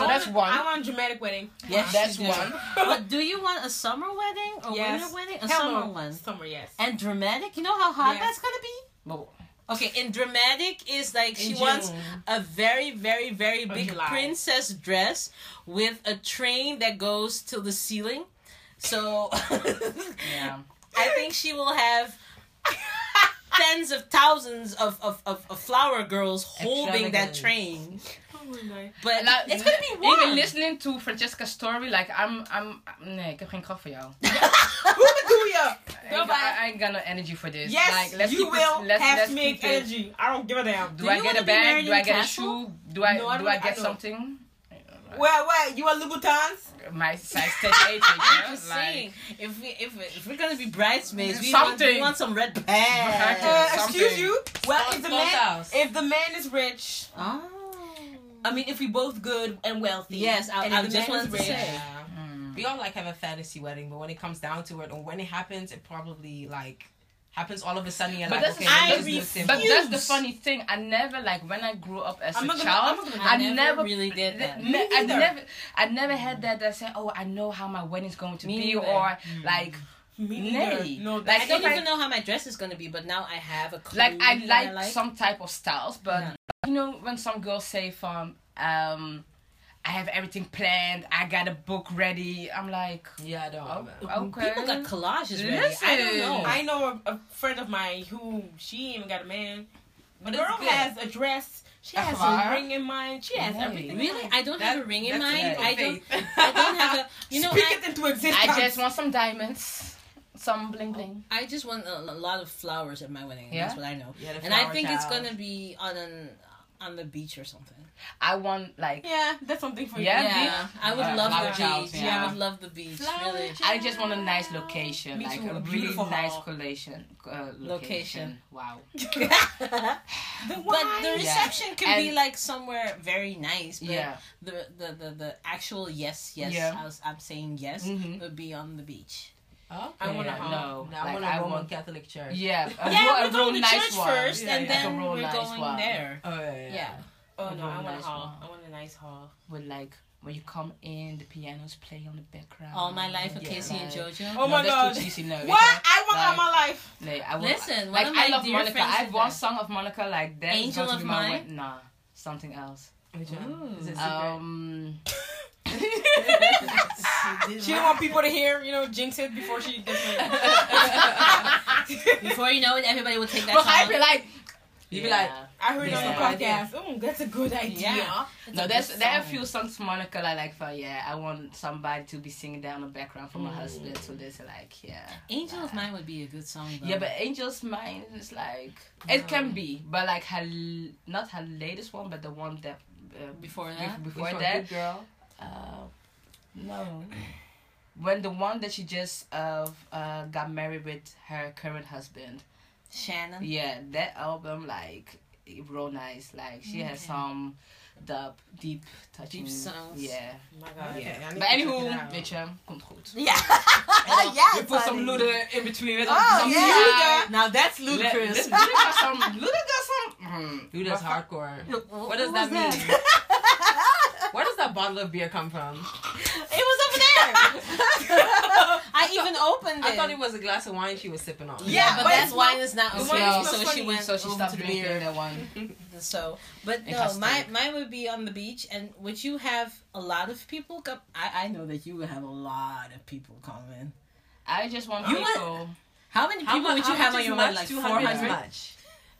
[SPEAKER 1] so that's
[SPEAKER 4] want-
[SPEAKER 1] one.
[SPEAKER 4] I want a dramatic wedding.
[SPEAKER 2] yes,
[SPEAKER 1] that's
[SPEAKER 2] you do.
[SPEAKER 1] one.
[SPEAKER 2] But do you want a summer wedding or
[SPEAKER 4] Yes.
[SPEAKER 2] winter wedding? A
[SPEAKER 4] Hell
[SPEAKER 2] summer
[SPEAKER 4] no.
[SPEAKER 2] one.
[SPEAKER 4] Summer, yes.
[SPEAKER 2] And dramatic, you know how hot
[SPEAKER 4] Yes.
[SPEAKER 2] that's gonna be?
[SPEAKER 1] But
[SPEAKER 2] Okay, and dramatic is like she
[SPEAKER 4] In
[SPEAKER 2] wants
[SPEAKER 4] June.
[SPEAKER 2] a very, very, very big
[SPEAKER 4] July.
[SPEAKER 2] princess dress with a train that goes to the ceiling. So
[SPEAKER 1] yeah,
[SPEAKER 2] I think she will have tens of thousands of, of, of, of flower girls holding that
[SPEAKER 1] Extravagant.
[SPEAKER 2] train.
[SPEAKER 4] Oh my
[SPEAKER 2] But
[SPEAKER 1] Like,
[SPEAKER 2] it's gonna be warm.
[SPEAKER 1] even listening to Francesca's story, like I'm, I'm, nee, ik heb geen kracht voor jou.
[SPEAKER 4] God. Hoobaduya!
[SPEAKER 1] I, I ain't got no energy for this.
[SPEAKER 4] Yes,
[SPEAKER 1] like, let's
[SPEAKER 4] you
[SPEAKER 1] keep
[SPEAKER 4] will
[SPEAKER 1] it, let's,
[SPEAKER 4] have
[SPEAKER 1] let's
[SPEAKER 4] to make
[SPEAKER 1] keep it-
[SPEAKER 4] energy. I don't give a damn.
[SPEAKER 1] Do,
[SPEAKER 2] Do
[SPEAKER 1] I
[SPEAKER 2] you
[SPEAKER 1] get
[SPEAKER 2] wanna
[SPEAKER 1] a
[SPEAKER 2] be
[SPEAKER 1] bag?
[SPEAKER 2] married
[SPEAKER 1] Do
[SPEAKER 2] in
[SPEAKER 1] I get
[SPEAKER 2] Castle?
[SPEAKER 1] a shoe? Do I
[SPEAKER 4] No, I
[SPEAKER 1] do
[SPEAKER 4] don't-
[SPEAKER 1] I
[SPEAKER 4] I
[SPEAKER 1] get
[SPEAKER 4] don't.
[SPEAKER 1] something?
[SPEAKER 4] Well, what? You want Louboutins?
[SPEAKER 1] My size thirty eight.
[SPEAKER 2] I'm just
[SPEAKER 1] like,
[SPEAKER 2] saying, if we if, we- if we're gonna be bridesmaids, we want, we
[SPEAKER 1] Something.
[SPEAKER 2] want some red
[SPEAKER 1] Exactly.
[SPEAKER 4] Uh,
[SPEAKER 2] bags.
[SPEAKER 1] something.
[SPEAKER 4] excuse you? Well, if the
[SPEAKER 3] Small
[SPEAKER 4] man,
[SPEAKER 3] house.
[SPEAKER 4] if the man is rich,
[SPEAKER 2] Oh.
[SPEAKER 4] I mean, if we both good and wealthy.
[SPEAKER 2] Yes, I-
[SPEAKER 4] and if
[SPEAKER 2] I
[SPEAKER 4] the
[SPEAKER 2] just
[SPEAKER 4] man is
[SPEAKER 2] wanted to say.
[SPEAKER 1] mm.
[SPEAKER 3] we all like have a fantasy wedding, but when it comes down to it, or when it happens, it probably like happens all of a sudden. You're
[SPEAKER 1] But that's-
[SPEAKER 3] like, okay,
[SPEAKER 1] I
[SPEAKER 3] this looks
[SPEAKER 2] refuse.
[SPEAKER 1] But
[SPEAKER 3] simple.
[SPEAKER 1] that's the
[SPEAKER 2] Use.
[SPEAKER 1] funny thing. I never like when I grew up as
[SPEAKER 3] I'm
[SPEAKER 1] a
[SPEAKER 3] not gonna-
[SPEAKER 1] child.
[SPEAKER 3] I'm not gonna-
[SPEAKER 1] I, never,
[SPEAKER 2] really did
[SPEAKER 1] th-
[SPEAKER 2] that.
[SPEAKER 1] ne-
[SPEAKER 3] Me
[SPEAKER 1] I
[SPEAKER 3] neither.
[SPEAKER 1] never, I never had that. That said, oh, I know how my wedding's going to
[SPEAKER 2] Me
[SPEAKER 1] be,
[SPEAKER 2] neither.
[SPEAKER 1] or like,
[SPEAKER 4] Me
[SPEAKER 1] Nay.
[SPEAKER 4] neither. No,
[SPEAKER 2] I
[SPEAKER 4] that's
[SPEAKER 1] Like,
[SPEAKER 2] don't
[SPEAKER 1] if I-
[SPEAKER 2] even know how my dress is gonna be, but now I have a clue
[SPEAKER 1] like I
[SPEAKER 2] that
[SPEAKER 1] like, some type of styles, but
[SPEAKER 2] Yeah.
[SPEAKER 1] you know when some girls say from, um, I have everything planned. I got a book ready. I'm like,
[SPEAKER 3] yeah, I don't.
[SPEAKER 1] oh,
[SPEAKER 3] remember.
[SPEAKER 1] okay.
[SPEAKER 2] People got collages ready. I don't
[SPEAKER 1] Listen.
[SPEAKER 2] know.
[SPEAKER 4] I know a, a friend of mine who she even got a man. The
[SPEAKER 3] But it's
[SPEAKER 4] girl
[SPEAKER 3] good.
[SPEAKER 4] has a dress. She
[SPEAKER 1] A
[SPEAKER 4] has
[SPEAKER 1] flower?
[SPEAKER 4] a ring in mind. She has
[SPEAKER 1] Nay.
[SPEAKER 4] everything. in
[SPEAKER 2] Really,
[SPEAKER 4] mind.
[SPEAKER 2] I don't have a
[SPEAKER 3] That-
[SPEAKER 2] ring in
[SPEAKER 3] that's
[SPEAKER 2] mind.
[SPEAKER 3] good
[SPEAKER 2] I don't.
[SPEAKER 3] faith.
[SPEAKER 2] I don't have a. You know,
[SPEAKER 4] Speak
[SPEAKER 2] I,
[SPEAKER 4] it into existence.
[SPEAKER 1] I just want some diamonds, some bling bling.
[SPEAKER 2] I just want a, a lot of flowers at my wedding.
[SPEAKER 1] Yeah?
[SPEAKER 2] That's what I know.
[SPEAKER 3] Yeah, the
[SPEAKER 2] And I
[SPEAKER 3] flower
[SPEAKER 2] think it's
[SPEAKER 3] child.
[SPEAKER 2] gonna be on an on the beach or something.
[SPEAKER 1] I want like
[SPEAKER 4] Yeah, that's something for
[SPEAKER 1] Yeah,
[SPEAKER 4] you.
[SPEAKER 1] Yeah.
[SPEAKER 2] I would
[SPEAKER 1] Yeah,
[SPEAKER 2] love the
[SPEAKER 1] flower child,
[SPEAKER 2] beach. Yeah.
[SPEAKER 1] yeah.
[SPEAKER 2] I would love the beach.
[SPEAKER 3] Flower
[SPEAKER 2] really.
[SPEAKER 3] child.
[SPEAKER 1] I just want a nice location,
[SPEAKER 4] Me
[SPEAKER 1] like
[SPEAKER 4] too,
[SPEAKER 1] a,
[SPEAKER 4] a
[SPEAKER 1] really
[SPEAKER 4] beautiful
[SPEAKER 1] nice
[SPEAKER 4] hall.
[SPEAKER 1] collation, uh, location.
[SPEAKER 2] Location.
[SPEAKER 1] Wow.
[SPEAKER 4] The
[SPEAKER 2] But the
[SPEAKER 4] wine.
[SPEAKER 1] Yeah.
[SPEAKER 2] reception can be
[SPEAKER 1] And-
[SPEAKER 2] like somewhere very nice. But
[SPEAKER 1] Yeah.
[SPEAKER 2] The, the the the actual yes yes
[SPEAKER 1] Yeah.
[SPEAKER 2] I was, I'm saying yes
[SPEAKER 1] Mhm.
[SPEAKER 2] would be on the beach.
[SPEAKER 3] Okay.
[SPEAKER 4] I want a home.
[SPEAKER 1] No,
[SPEAKER 3] No, I
[SPEAKER 1] like,
[SPEAKER 3] want a
[SPEAKER 1] I
[SPEAKER 3] Roman
[SPEAKER 1] want-
[SPEAKER 3] Catholic church.
[SPEAKER 1] Yeah. A
[SPEAKER 2] yeah,
[SPEAKER 1] real- a
[SPEAKER 2] we're going
[SPEAKER 1] real
[SPEAKER 2] to
[SPEAKER 1] nice
[SPEAKER 2] church
[SPEAKER 1] one.
[SPEAKER 2] first,
[SPEAKER 3] Yeah,
[SPEAKER 2] and
[SPEAKER 3] yeah.
[SPEAKER 1] Like
[SPEAKER 2] then
[SPEAKER 1] a real
[SPEAKER 2] we're
[SPEAKER 1] nice
[SPEAKER 2] going
[SPEAKER 1] one.
[SPEAKER 2] there.
[SPEAKER 3] Oh yeah. yeah.
[SPEAKER 2] Yeah.
[SPEAKER 4] Oh no,
[SPEAKER 1] I
[SPEAKER 4] I
[SPEAKER 1] want a
[SPEAKER 4] want a
[SPEAKER 1] nice
[SPEAKER 4] hall.
[SPEAKER 1] one.
[SPEAKER 4] I want a nice hall.
[SPEAKER 1] With like when you come in, the pianos play on the background.
[SPEAKER 2] All my life with
[SPEAKER 1] Yeah,
[SPEAKER 2] Casey and
[SPEAKER 1] like-
[SPEAKER 2] JoJo.
[SPEAKER 4] Oh
[SPEAKER 1] No,
[SPEAKER 4] my
[SPEAKER 1] that's too
[SPEAKER 4] God.
[SPEAKER 1] cheesy, no, it's
[SPEAKER 4] What? I want
[SPEAKER 1] Like-
[SPEAKER 4] all my life.
[SPEAKER 1] not- no, I want-
[SPEAKER 2] Listen, one
[SPEAKER 1] like
[SPEAKER 2] of my
[SPEAKER 1] I love
[SPEAKER 2] dear
[SPEAKER 1] Monica.
[SPEAKER 2] friends
[SPEAKER 1] I have
[SPEAKER 2] did
[SPEAKER 1] one
[SPEAKER 2] that.
[SPEAKER 1] song of Monica like that. is
[SPEAKER 2] Angel
[SPEAKER 1] going to
[SPEAKER 2] of
[SPEAKER 1] be my
[SPEAKER 2] Mine?
[SPEAKER 1] wed- Nah, something else.
[SPEAKER 3] Which one? Is it secret?
[SPEAKER 4] Uh,
[SPEAKER 1] Um.
[SPEAKER 4] She don't want people to hear, you know, jinx it before she gets married.
[SPEAKER 2] Before you know it, everybody will take that
[SPEAKER 1] But I
[SPEAKER 2] song.
[SPEAKER 1] be like,
[SPEAKER 3] You be
[SPEAKER 1] Yeah.
[SPEAKER 4] I heard it on
[SPEAKER 1] Yeah.
[SPEAKER 4] the podcast. Oh, that's a good idea.
[SPEAKER 2] Yeah. It's
[SPEAKER 1] No,
[SPEAKER 2] a
[SPEAKER 1] there's
[SPEAKER 2] good
[SPEAKER 1] there are a
[SPEAKER 2] song.
[SPEAKER 1] few songs Monica I like for yeah. I want somebody to be singing down the background for
[SPEAKER 2] Mm.
[SPEAKER 1] my husband. So there's like yeah.
[SPEAKER 2] Angel of Mine would be a good song. Though.
[SPEAKER 1] Yeah, but Angel's Mind is like it can be, but like her l- not her latest one, but the one that uh,
[SPEAKER 2] Before
[SPEAKER 1] bef-
[SPEAKER 2] that?
[SPEAKER 1] before
[SPEAKER 3] Which one?
[SPEAKER 1] that,
[SPEAKER 3] Good girl.
[SPEAKER 1] uh, no. When the one that she just uh, uh got married with her current husband,
[SPEAKER 2] Shannon.
[SPEAKER 1] yeah, that album like it real nice. Like she has
[SPEAKER 2] Okay.
[SPEAKER 1] some dub deep touching
[SPEAKER 2] songs.
[SPEAKER 1] Yeah.
[SPEAKER 4] Oh my god.
[SPEAKER 3] Okay, I need
[SPEAKER 1] Maar
[SPEAKER 3] to check
[SPEAKER 1] anywho,
[SPEAKER 3] it out.
[SPEAKER 1] weet je, komt goed.
[SPEAKER 4] Yeah.
[SPEAKER 2] Oh,
[SPEAKER 4] yeah.
[SPEAKER 1] We put some Luda in between. weet je,
[SPEAKER 4] Oh,
[SPEAKER 1] some-
[SPEAKER 4] yeah.
[SPEAKER 3] Now that's
[SPEAKER 1] Let-
[SPEAKER 3] ludicrous.
[SPEAKER 1] this Luda got some. Luda got some. Mm.
[SPEAKER 3] Luda's hardcore. What does
[SPEAKER 1] What was
[SPEAKER 3] that mean? Where does that bottle of beer come
[SPEAKER 2] It
[SPEAKER 3] from?
[SPEAKER 2] was over there. I even opened it.
[SPEAKER 3] I thought it was a glass of wine she was sipping on.
[SPEAKER 2] yeah,
[SPEAKER 4] Yeah,
[SPEAKER 2] but,
[SPEAKER 4] but
[SPEAKER 2] that's
[SPEAKER 4] it's
[SPEAKER 2] wine
[SPEAKER 4] not-
[SPEAKER 2] is not
[SPEAKER 4] the
[SPEAKER 2] okay.
[SPEAKER 4] wine
[SPEAKER 1] Yeah,
[SPEAKER 4] is
[SPEAKER 2] so
[SPEAKER 4] not
[SPEAKER 2] she
[SPEAKER 4] funny.
[SPEAKER 2] went
[SPEAKER 1] so she
[SPEAKER 2] over
[SPEAKER 1] stopped
[SPEAKER 2] to the
[SPEAKER 1] drinking
[SPEAKER 2] beer.
[SPEAKER 1] that one.
[SPEAKER 2] So, but
[SPEAKER 1] It
[SPEAKER 2] no,
[SPEAKER 1] has
[SPEAKER 2] my,
[SPEAKER 1] stink.
[SPEAKER 2] mine would be on the beach, and would you have a lot of people come? I, I know that you would have a lot of people come in.
[SPEAKER 1] I just want
[SPEAKER 2] You
[SPEAKER 1] people.
[SPEAKER 2] How many people
[SPEAKER 3] mu-
[SPEAKER 2] would you
[SPEAKER 3] how
[SPEAKER 2] have
[SPEAKER 3] much
[SPEAKER 2] on
[SPEAKER 3] is
[SPEAKER 2] your
[SPEAKER 3] much?
[SPEAKER 2] mind? Like
[SPEAKER 3] 200 is
[SPEAKER 2] 400?
[SPEAKER 3] much.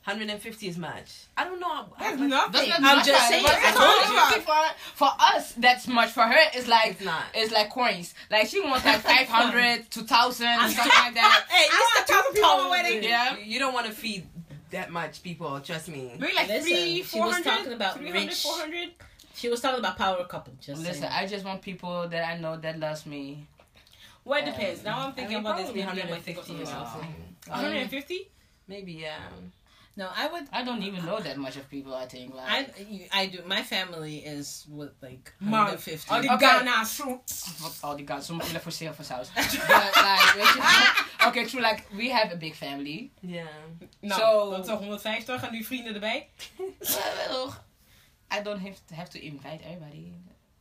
[SPEAKER 3] 150 is much. I don't know. how- how
[SPEAKER 4] That's
[SPEAKER 3] much-
[SPEAKER 1] That's
[SPEAKER 4] nothing.
[SPEAKER 1] not
[SPEAKER 2] I'm
[SPEAKER 1] much,
[SPEAKER 2] just
[SPEAKER 1] right?
[SPEAKER 2] saying,
[SPEAKER 1] That's
[SPEAKER 4] that's
[SPEAKER 1] not
[SPEAKER 4] all
[SPEAKER 1] much.
[SPEAKER 4] you want.
[SPEAKER 1] You see, For, for us, that's much. For her, it's like
[SPEAKER 3] It's not.
[SPEAKER 1] it's like coins. Like she wants like 500, 2,000, something like that.
[SPEAKER 2] Hey,
[SPEAKER 4] I want a thousand people at my wedding.
[SPEAKER 1] Yeah.
[SPEAKER 3] You don't want to feed that much people. Trust me.
[SPEAKER 4] Maybe like
[SPEAKER 2] Listen,
[SPEAKER 4] three,
[SPEAKER 2] she was
[SPEAKER 4] 400,
[SPEAKER 2] talking about
[SPEAKER 4] 300,
[SPEAKER 2] rich.
[SPEAKER 4] 400.
[SPEAKER 2] She was talking about power couple. Just
[SPEAKER 1] Listen,
[SPEAKER 2] saying.
[SPEAKER 1] I just want people that I know that loves me.
[SPEAKER 4] Well, it depends. Now I'm thinking
[SPEAKER 3] I mean,
[SPEAKER 4] about this.
[SPEAKER 3] probably
[SPEAKER 4] Maybe I might think of
[SPEAKER 3] 150
[SPEAKER 4] something
[SPEAKER 3] or
[SPEAKER 4] else.
[SPEAKER 3] something.
[SPEAKER 4] 150?
[SPEAKER 3] Maybe yeah.
[SPEAKER 2] no, I would.
[SPEAKER 1] I don't even know that much of people. I think like.
[SPEAKER 2] I you- I do. My family is with like Oh,
[SPEAKER 4] Mom,
[SPEAKER 2] 150.
[SPEAKER 4] All the
[SPEAKER 1] Okay.
[SPEAKER 4] Ghana shoot.
[SPEAKER 1] Fuck all the guys, sommige willen voor sale voor saus. But like, weet je, okay, true, like, we have a big family.
[SPEAKER 3] Yeah.
[SPEAKER 4] Nou,
[SPEAKER 1] Zo.
[SPEAKER 4] dat is toch 150 en nu vrienden erbij.
[SPEAKER 1] I don't have to, have to invite everybody.